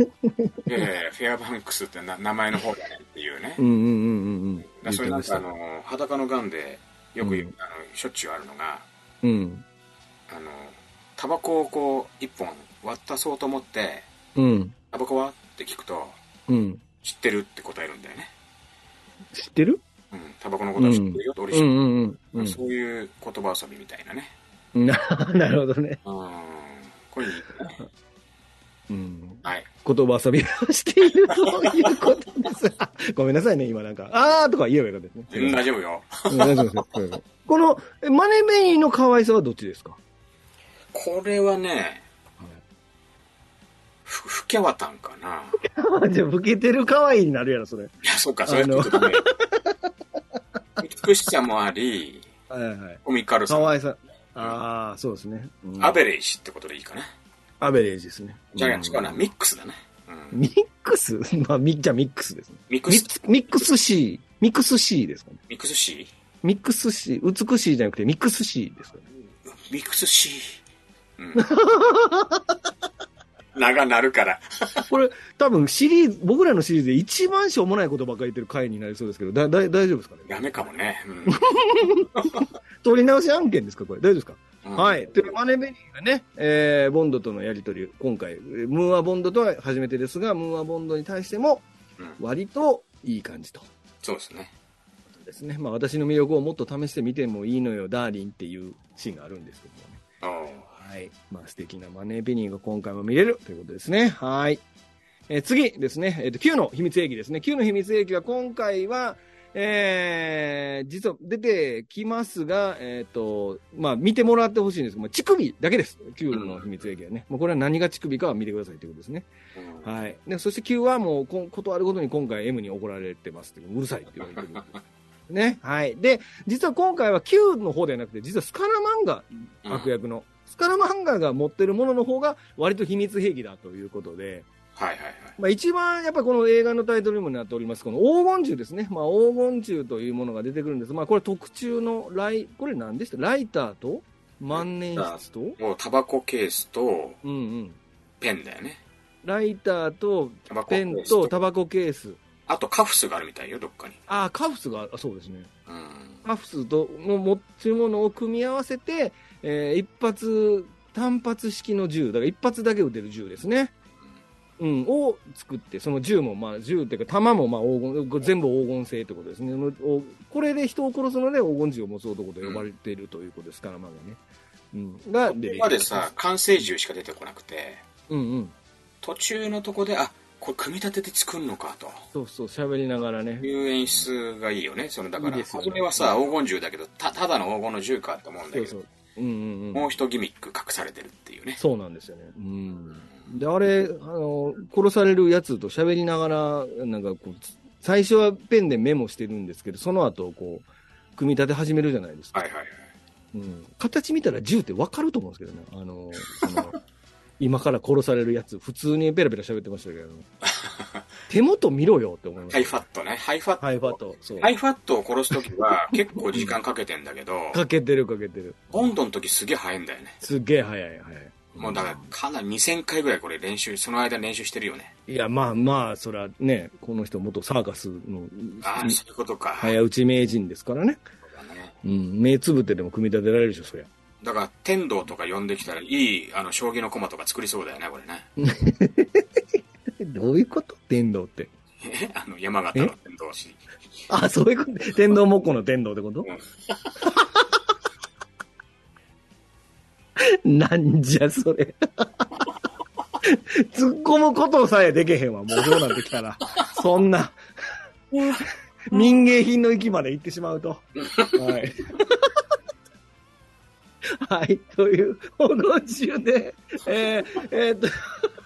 [SPEAKER 2] いやいやフェアバンクスってな名前の方だねっていうね
[SPEAKER 1] う、んうんうんうんうん言っ
[SPEAKER 2] それ
[SPEAKER 1] て
[SPEAKER 2] なん
[SPEAKER 1] まし
[SPEAKER 2] かあ
[SPEAKER 1] た
[SPEAKER 2] の裸のガンでよく言う、
[SPEAKER 1] うん
[SPEAKER 2] あのしょっちゅうあるのが
[SPEAKER 1] うん
[SPEAKER 2] あのタバコをこう一本割ったそうと思って
[SPEAKER 1] うん。
[SPEAKER 2] タバコはって聞くと
[SPEAKER 1] うん。
[SPEAKER 2] 知ってるって答えるんだよね
[SPEAKER 1] 知ってる
[SPEAKER 2] うんタバコのことは知ってるよって俺知っ
[SPEAKER 1] う
[SPEAKER 2] てる
[SPEAKER 1] んうんうん。
[SPEAKER 2] そうういう言葉遊びみたいなね。
[SPEAKER 1] ん、 [LAUGHS] ななるほどね。
[SPEAKER 2] うん。これいいね。
[SPEAKER 1] うん。
[SPEAKER 2] はい。
[SPEAKER 1] 言葉遊びをしているということです。 [LAUGHS] あごめんなさいね、今なんか。あーとか言えばよかったです
[SPEAKER 2] うん
[SPEAKER 1] ね。
[SPEAKER 2] 大丈夫よ。
[SPEAKER 1] うん大丈夫です大丈夫ですこの、えマネメニーの可愛さはどっちですか
[SPEAKER 2] これはね、ふ、ふけわたんかな。
[SPEAKER 1] あ [LAUGHS] じゃあ、老けてる可愛いになるやろ、それ。
[SPEAKER 2] いや、そうか、それはちょっとダメよ。美しさもあり、
[SPEAKER 1] はいはい。
[SPEAKER 2] コミカルさ
[SPEAKER 1] 可
[SPEAKER 2] も。
[SPEAKER 1] 愛さ。ああ、そうですね。うん
[SPEAKER 2] アベレージってことでいいかな。
[SPEAKER 1] アベレージですね。
[SPEAKER 2] じゃあ、
[SPEAKER 1] うん
[SPEAKER 2] 違うな、ミックスだね。うん。
[SPEAKER 1] ミックス [LAUGHS] まあ、ミじゃあミックスですね。
[SPEAKER 2] ミック
[SPEAKER 1] ミッ
[SPEAKER 2] ス
[SPEAKER 1] ク、スミックス C。ミックス C ですかね。
[SPEAKER 2] ミックス C?
[SPEAKER 1] ミックス C、美しいじゃなくてミックス C ですかね。
[SPEAKER 2] ミックス C。うん。
[SPEAKER 1] [LAUGHS]
[SPEAKER 2] 名が鳴るから。
[SPEAKER 1] これ、多分シリーズ、僕らのシリーズで一番しょうもないことばっかり言ってる回になりそうですけど、だ、だ、大丈夫ですかね
[SPEAKER 2] ダメかもね。うん
[SPEAKER 1] 取り直し案件ですかこれ。大丈夫ですか、
[SPEAKER 2] うん
[SPEAKER 1] はい。というマネベニーがね、えー、ボンドとのやりとり、今回、えームーアボンドとは初めてですが、ムーアボンドに対しても
[SPEAKER 2] うん、
[SPEAKER 1] 割といい感じと。
[SPEAKER 2] そうですね。
[SPEAKER 1] ですね。まあ、私の魅力をもっと試してみてもいいのよ、ダーリンっていうシーンがあるんですけどもね。
[SPEAKER 2] おー
[SPEAKER 1] はい。まあ、素敵なマネーペニーが今回も見れるということですね。はい。えー次ですね。えっ、と、Q の秘密兵器ですね。Q の秘密兵器は今回は、えー、実は出てきますが、えっ、と、まあ、見てもらってほしいんです。まあ、乳首だけです。Q の秘密兵器はね。もうこれは何が乳首かは見てくださいということですね。
[SPEAKER 2] うん
[SPEAKER 1] はい。で、そして Q はもうこん、ことあるごとに今回 M に怒られてますっていう。うるさいって言われてる。ね。はい。で、実は今回は Q の方ではなくて、実はスカラマンガ
[SPEAKER 2] うん
[SPEAKER 1] 悪役の。スカラマンガが持ってるものの方が割と秘密兵器だということで、
[SPEAKER 2] はいはいはい。
[SPEAKER 1] まあ、一番やっぱこの映画のタイトルにもなっております、この黄金銃ですね、まあ、黄金銃というものが出てくるんです、まあ、これ、特注のライ、これ、なんでしたライターと万年筆と、
[SPEAKER 2] もうタバコケースと
[SPEAKER 1] うんうん、
[SPEAKER 2] ペンだよね。
[SPEAKER 1] ライターと
[SPEAKER 2] タバコケ
[SPEAKER 1] ペ
[SPEAKER 2] ー
[SPEAKER 1] ン
[SPEAKER 2] ス
[SPEAKER 1] とタバコケース、
[SPEAKER 2] あとカフスがあるみたいよ、どっかに。
[SPEAKER 1] あーカフスが、あそうですね、
[SPEAKER 2] うん。
[SPEAKER 1] カフスとの持ち物を組み合わせて、えー一発、単発式の銃、だから一発だけ撃てる銃ですね。うん、を作って、その銃も、まあ、銃っていうか、弾もまあ黄金、これ全部黄金製ってことですね。のおこれで人を殺すので黄金銃を持つ男と呼ばれているということですから、まだね。うん。が、
[SPEAKER 2] ここまでさ、完成銃しか出てこなくて、
[SPEAKER 1] うんうん。
[SPEAKER 2] 途中のとこで、あ、これ組み立てて作るのかと。
[SPEAKER 1] そうそう、喋りながらね。
[SPEAKER 2] いう演出がいいよね。そのだから、
[SPEAKER 1] いいですよね
[SPEAKER 2] 初めはさ、黄金銃だけど、た、ただの黄金の銃かと思うんだけ
[SPEAKER 1] そ
[SPEAKER 2] ど、
[SPEAKER 1] うそう。うんうんうん。
[SPEAKER 2] もう一ギミック隠されてるっていうね。
[SPEAKER 1] そうなんですよね。うん。で、あれ、あの、殺されるやつと喋りながら、なんかこう、最初はペンでメモしてるんですけど、その後、こう、組み立て始めるじゃないですか。
[SPEAKER 2] はいはいはい。
[SPEAKER 1] うん、形見たら銃って分かると思うんですけどね、あのその
[SPEAKER 2] [LAUGHS]
[SPEAKER 1] 今から殺されるやつ、普通にペラペラ喋ってましたけど、手元見ろよって思いまし
[SPEAKER 2] ハ
[SPEAKER 1] た、
[SPEAKER 2] イファットね。ハイファット。
[SPEAKER 1] ハイファッ。ト、そう、
[SPEAKER 2] ハイファットを殺すときは結構時間かけてんだけど、
[SPEAKER 1] かけてるかけてる、
[SPEAKER 2] ボンドのときすげえ早いんだよね。
[SPEAKER 1] すっげえ早い、早い。
[SPEAKER 2] もうだからかなり2000回ぐらいこれ練習、その間練習してるよね。
[SPEAKER 1] いや、まあまあ、それはね、この人、元サーカスの
[SPEAKER 2] ああ、そういうことか。
[SPEAKER 1] 早打ち名人ですからね、
[SPEAKER 2] そうだね
[SPEAKER 1] うん、目つぶってでも組み立てられるでしょ、そりゃ。 [LAUGHS]
[SPEAKER 2] だから、天道とか呼んできたら、いい、あの、将棋の駒とか作りそうだよね、これね。 [LAUGHS]
[SPEAKER 1] どういうこと天道って。
[SPEAKER 2] えあの、山形の天道師。
[SPEAKER 1] あ、そういうこと天道もっこの天道ってことなんじゃそれ。 [LAUGHS] 突っ込むことさえできへんわ、もうそうなってきたら。そんな、民芸品の域まで行ってしまうと。はい。 [LAUGHS] はい、という、この中で、えーえーっと、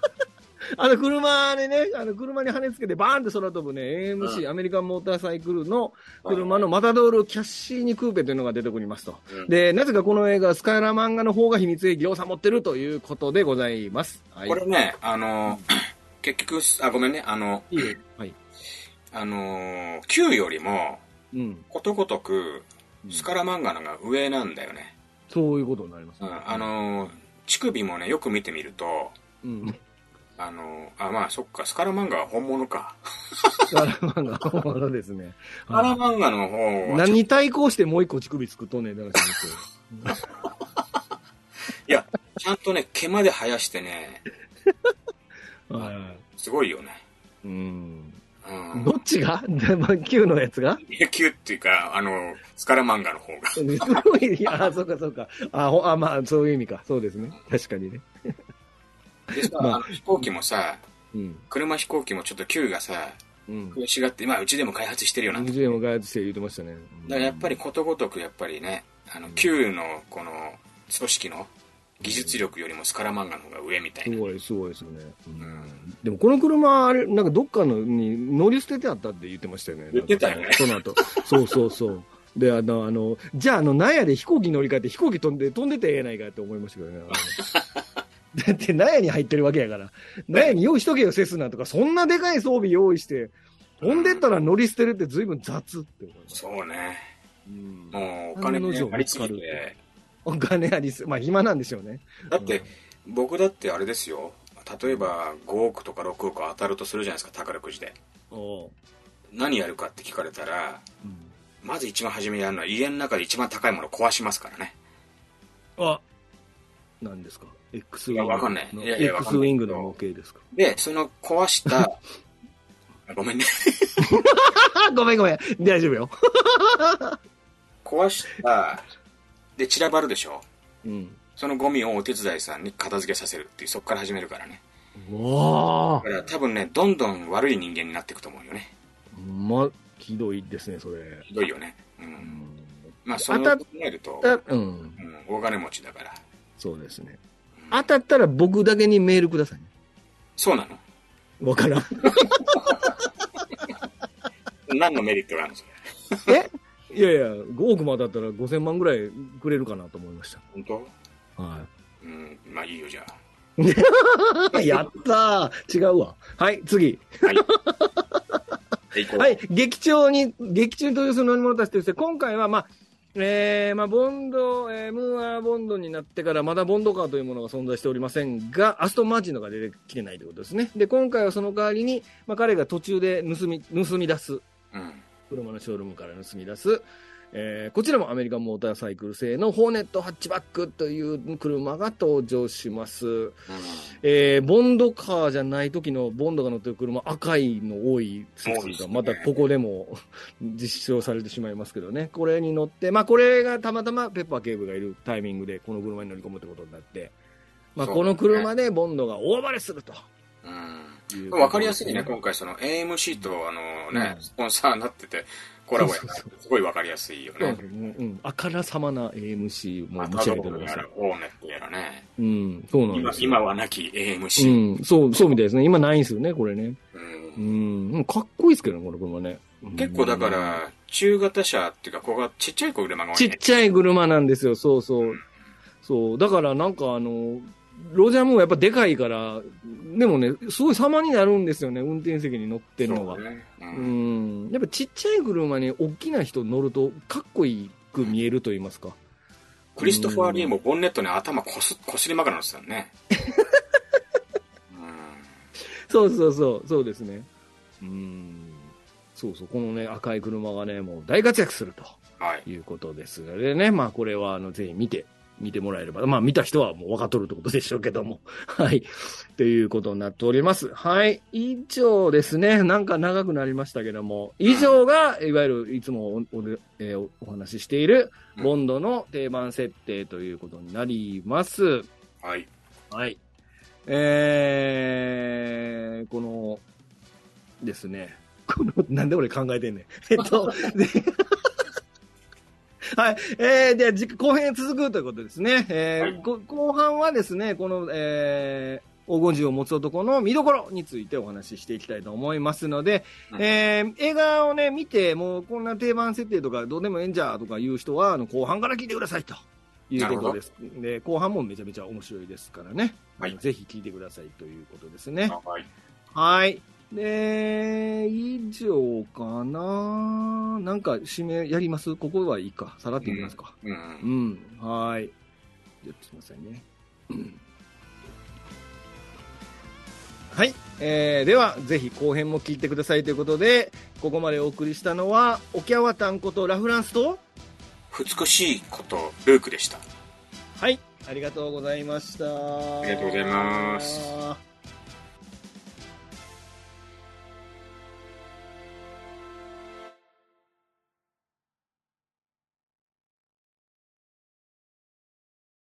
[SPEAKER 1] [LAUGHS] あの車でね、あの車に跳ねつけてバーンって空飛ぶね、AMC、アメリカンモーターサイクルの車のマタドールキャッシーニクーペというのが出てくりますと。
[SPEAKER 2] うん
[SPEAKER 1] で、なぜかこの映画、スカイラ漫画の方が秘密兵器を持ってるということでございます。はい。
[SPEAKER 2] これね、あの、 [CLEARS THROAT] 結局、あ、ごめんね、あの、
[SPEAKER 1] いいよはい。
[SPEAKER 2] あの、Q よりも、
[SPEAKER 1] うん。
[SPEAKER 2] ことごとく、スカラ漫画のが上なんだよね。
[SPEAKER 1] そういうことになります、
[SPEAKER 2] う
[SPEAKER 1] ね
[SPEAKER 2] ん、あ、の、乳首もね、よく見てみると、
[SPEAKER 1] うん。
[SPEAKER 2] あの、あ、まあ、そっか、スカラ漫画は本物か。
[SPEAKER 1] スカイラ漫画の本物ですね。
[SPEAKER 2] スカラ
[SPEAKER 1] はい
[SPEAKER 2] 漫画の方は、
[SPEAKER 1] 何
[SPEAKER 2] い
[SPEAKER 1] に対抗してもう一個乳首作っとんねんだから、
[SPEAKER 2] や、ちゃんとね、毛まで生やしてね、
[SPEAKER 1] は
[SPEAKER 2] すごいよね。
[SPEAKER 1] い。うん。
[SPEAKER 2] うん
[SPEAKER 1] ど。っちが [LAUGHS] ?9 のやつが [LAUGHS]
[SPEAKER 2] 野球っていうか、あの、スカラ漫画の方が。
[SPEAKER 1] すごい、あ、そうかそうか。あ、ほあまあ、そういう意味か。そうですね。確かにね。
[SPEAKER 2] でさ、
[SPEAKER 1] まあ
[SPEAKER 2] あの飛行機もさ、
[SPEAKER 1] うん。
[SPEAKER 2] 車飛行機もちょっと Q がさ、
[SPEAKER 1] うん。
[SPEAKER 2] 悔しがって、まあ、うちでも開発してるよなんて。
[SPEAKER 1] 20円を開発して言ってましたね。うん
[SPEAKER 2] だからやっぱり、ことごとく、やっぱりね、あの、Q の、この、組織の技術力よりもスカラ漫画の方が上みたい
[SPEAKER 1] す
[SPEAKER 2] な。
[SPEAKER 1] ごい、すごいですよね。うん
[SPEAKER 2] うん。
[SPEAKER 1] でもこの車、あれ、なんかどっかのに乗り捨ててあったって言ってましたよね。
[SPEAKER 2] 言ってたよね
[SPEAKER 1] なんかその後。そうそうそう。で、あの、あの、じゃあ、あの、なんやで飛行機乗り換えて飛行機飛んで、飛んでてええないかって思いましたけど
[SPEAKER 2] [LAUGHS]
[SPEAKER 1] ね。あのだって、納屋に入ってるわけやから。納屋に用意しとけよ、セスナとか。そんなでかい装備用意して、飛んでったら乗り捨てるって随分雑って思います。
[SPEAKER 2] そうね。
[SPEAKER 1] うん
[SPEAKER 2] もう、お金もねありすぎて。
[SPEAKER 1] お金ありす、まあ、暇なんでしょうね。
[SPEAKER 2] だって、僕だってあれですよ。例えば、5億とか6億当たるとするじゃないですか、宝くじで。
[SPEAKER 1] おう
[SPEAKER 2] 何やるかって聞かれたら、
[SPEAKER 1] うん
[SPEAKER 2] まず一番初めにやるのは家の中で一番高いものを壊しますからね。
[SPEAKER 1] あ何ですか ?X ウィ
[SPEAKER 2] いや
[SPEAKER 1] ングの。
[SPEAKER 2] わかんないいやいやわかん
[SPEAKER 1] X
[SPEAKER 2] ない
[SPEAKER 1] ウィングの模型ですか
[SPEAKER 2] で、その壊 [LAUGHS] した、あごめんね。
[SPEAKER 1] あ、ごめんごめん。大丈夫よ。
[SPEAKER 2] 壊した、で、散らばるでしょ。
[SPEAKER 1] うん。
[SPEAKER 2] そのゴミをお手伝いさんに片付けさせるっていう、そこから始めるからね。
[SPEAKER 1] わ
[SPEAKER 2] だから多分ね、どんどん悪い人間になっていくと思うよね。
[SPEAKER 1] あ。ま、ひどいですね、それ。
[SPEAKER 2] ひどいよね。う。
[SPEAKER 1] うんん。
[SPEAKER 2] まあ、そう
[SPEAKER 1] 当た
[SPEAKER 2] 考
[SPEAKER 1] っ
[SPEAKER 2] えると、
[SPEAKER 1] だうん。
[SPEAKER 2] うん、大金持ちだから。
[SPEAKER 1] そうですね。当たったら僕だけにメールくださいね。
[SPEAKER 2] そうなの
[SPEAKER 1] わからん。
[SPEAKER 2] 何のメリットがあるのそれ。
[SPEAKER 1] え [LAUGHS] いやいや、5億も当たったら5000万ぐらいくれるかなと思いまし
[SPEAKER 2] 本当
[SPEAKER 1] た。は
[SPEAKER 2] うん、まあいいよ、じゃあ。
[SPEAKER 1] い。 [LAUGHS] やったー違うわ。はい、次。 [LAUGHS]
[SPEAKER 2] はい。はい、こう
[SPEAKER 1] はい、劇中に、劇中に登場する乗り物たちということで、今回は、まあ、えー、まあ、ボンド、えー、ムーアーボンドになってから、まだボンドカーというものが存在しておりませんが、アストンマーチンのが出てきてないということですね。で、今回はその代わりに、まあ、彼が途中で盗み、盗み出す、
[SPEAKER 2] うん。
[SPEAKER 1] 車のショールームから盗み出す、えーこちらもアメリカンモーターサイクル製のホーネットハッチバックという車が登場します。えーボンドカーじゃない時のボンドが乗ってる車、赤いの多い説
[SPEAKER 2] 多いです
[SPEAKER 1] が、
[SPEAKER 2] ね
[SPEAKER 1] またここでも [LAUGHS] 実証されてしまいますけどね。これに乗って、まあこれがたまたまペッパー警部がいるタイミングでこの車に乗り込むってことになって、まあ
[SPEAKER 2] そう
[SPEAKER 1] この車でボンドが大暴れすると
[SPEAKER 2] う。
[SPEAKER 1] いうんことですね。
[SPEAKER 2] わかりやすいね、今回その AMC とあのね、
[SPEAKER 1] うん
[SPEAKER 2] スポンサーになってて、コラボや
[SPEAKER 1] そうそう
[SPEAKER 2] すごいわかりやすいよ
[SPEAKER 1] そう
[SPEAKER 2] ね
[SPEAKER 1] です。ねうん、あからさまな AMC も
[SPEAKER 2] まあ、
[SPEAKER 1] 持
[SPEAKER 2] タ
[SPEAKER 1] ち上
[SPEAKER 2] ド
[SPEAKER 1] げておりま
[SPEAKER 2] ロや
[SPEAKER 1] す
[SPEAKER 2] ら、。オーネットやらね。
[SPEAKER 1] うん、そうなん
[SPEAKER 2] 今
[SPEAKER 1] ですよ
[SPEAKER 2] 今はなき AMC。
[SPEAKER 1] うん、そう、そうみたいですね。今ないんですよね、これね。
[SPEAKER 2] う
[SPEAKER 1] うんん、でもかっこいいですけどね、この車ね。
[SPEAKER 2] 結構だか
[SPEAKER 1] うん
[SPEAKER 2] ら、中型車っていうか、ここがちっちゃい子車が多
[SPEAKER 1] ち
[SPEAKER 2] い
[SPEAKER 1] っ
[SPEAKER 2] ね。。
[SPEAKER 1] ちゃい車なんですよ、そうそううんそう、だからなんかあの、ロジャームーンやっぱでかいから、でもね、すごい様になるんですよね、運転席に乗ってるのが。
[SPEAKER 2] そうねう
[SPEAKER 1] うんん。やっぱちっちゃい車に大きな人乗ると、かっこいく見えると言いますか。
[SPEAKER 2] クリストファー・リーもボンネットに頭こすこすりまくらんですよね。
[SPEAKER 1] そうそうそう、そうですね。うん。そうそう、このね、赤い車がね、もう大活躍すると。
[SPEAKER 2] うんはい。
[SPEAKER 1] いうことですがでね、まあこれはあのぜひ見て、見てもらえれば、まあ見た人はもう分かっとるってことでしょうけども。 [LAUGHS] はい。ということになっております。はい。以上ですね。なんか長くなりましたけども、以上が、いわゆるいつもおおでえーおお話ししている、
[SPEAKER 2] うん
[SPEAKER 1] ボンドの定番設定ということになります。
[SPEAKER 2] はい。
[SPEAKER 1] はい。えー、この、ですね。 [LAUGHS] この、なんで俺考えてんねん。えっと、で [LAUGHS] はい。えー、では次、後編へ続くということですね。えー
[SPEAKER 2] はい
[SPEAKER 1] ご後半はですね、この、えー、黄金銃を持つ男の見どころについてお話ししていきたいと思いますので、
[SPEAKER 2] うん
[SPEAKER 1] えー映画をね、見て、もうこんな定番設定とかどうでもええんじゃとかいう人は、あの、後半から聞いてくださいということです。で、後半もめちゃめちゃ面白いですからね。
[SPEAKER 2] はい
[SPEAKER 1] ぜひ聞いてくださいということですね。
[SPEAKER 2] はい。
[SPEAKER 1] はい。で、以上かななんか、締めやりますここはいいか。さらっていきますか。
[SPEAKER 2] う。
[SPEAKER 1] うんん。はい。じゃあ、すいませんね。うんはい。えー、では、ぜひ後編も聞いてくださいということで、ここまでお送りしたのは、沖縄タンことラフランスと、
[SPEAKER 2] 美しいこと、ルークでした。
[SPEAKER 1] はい、ありがとうございました。あ
[SPEAKER 2] りがとうございます。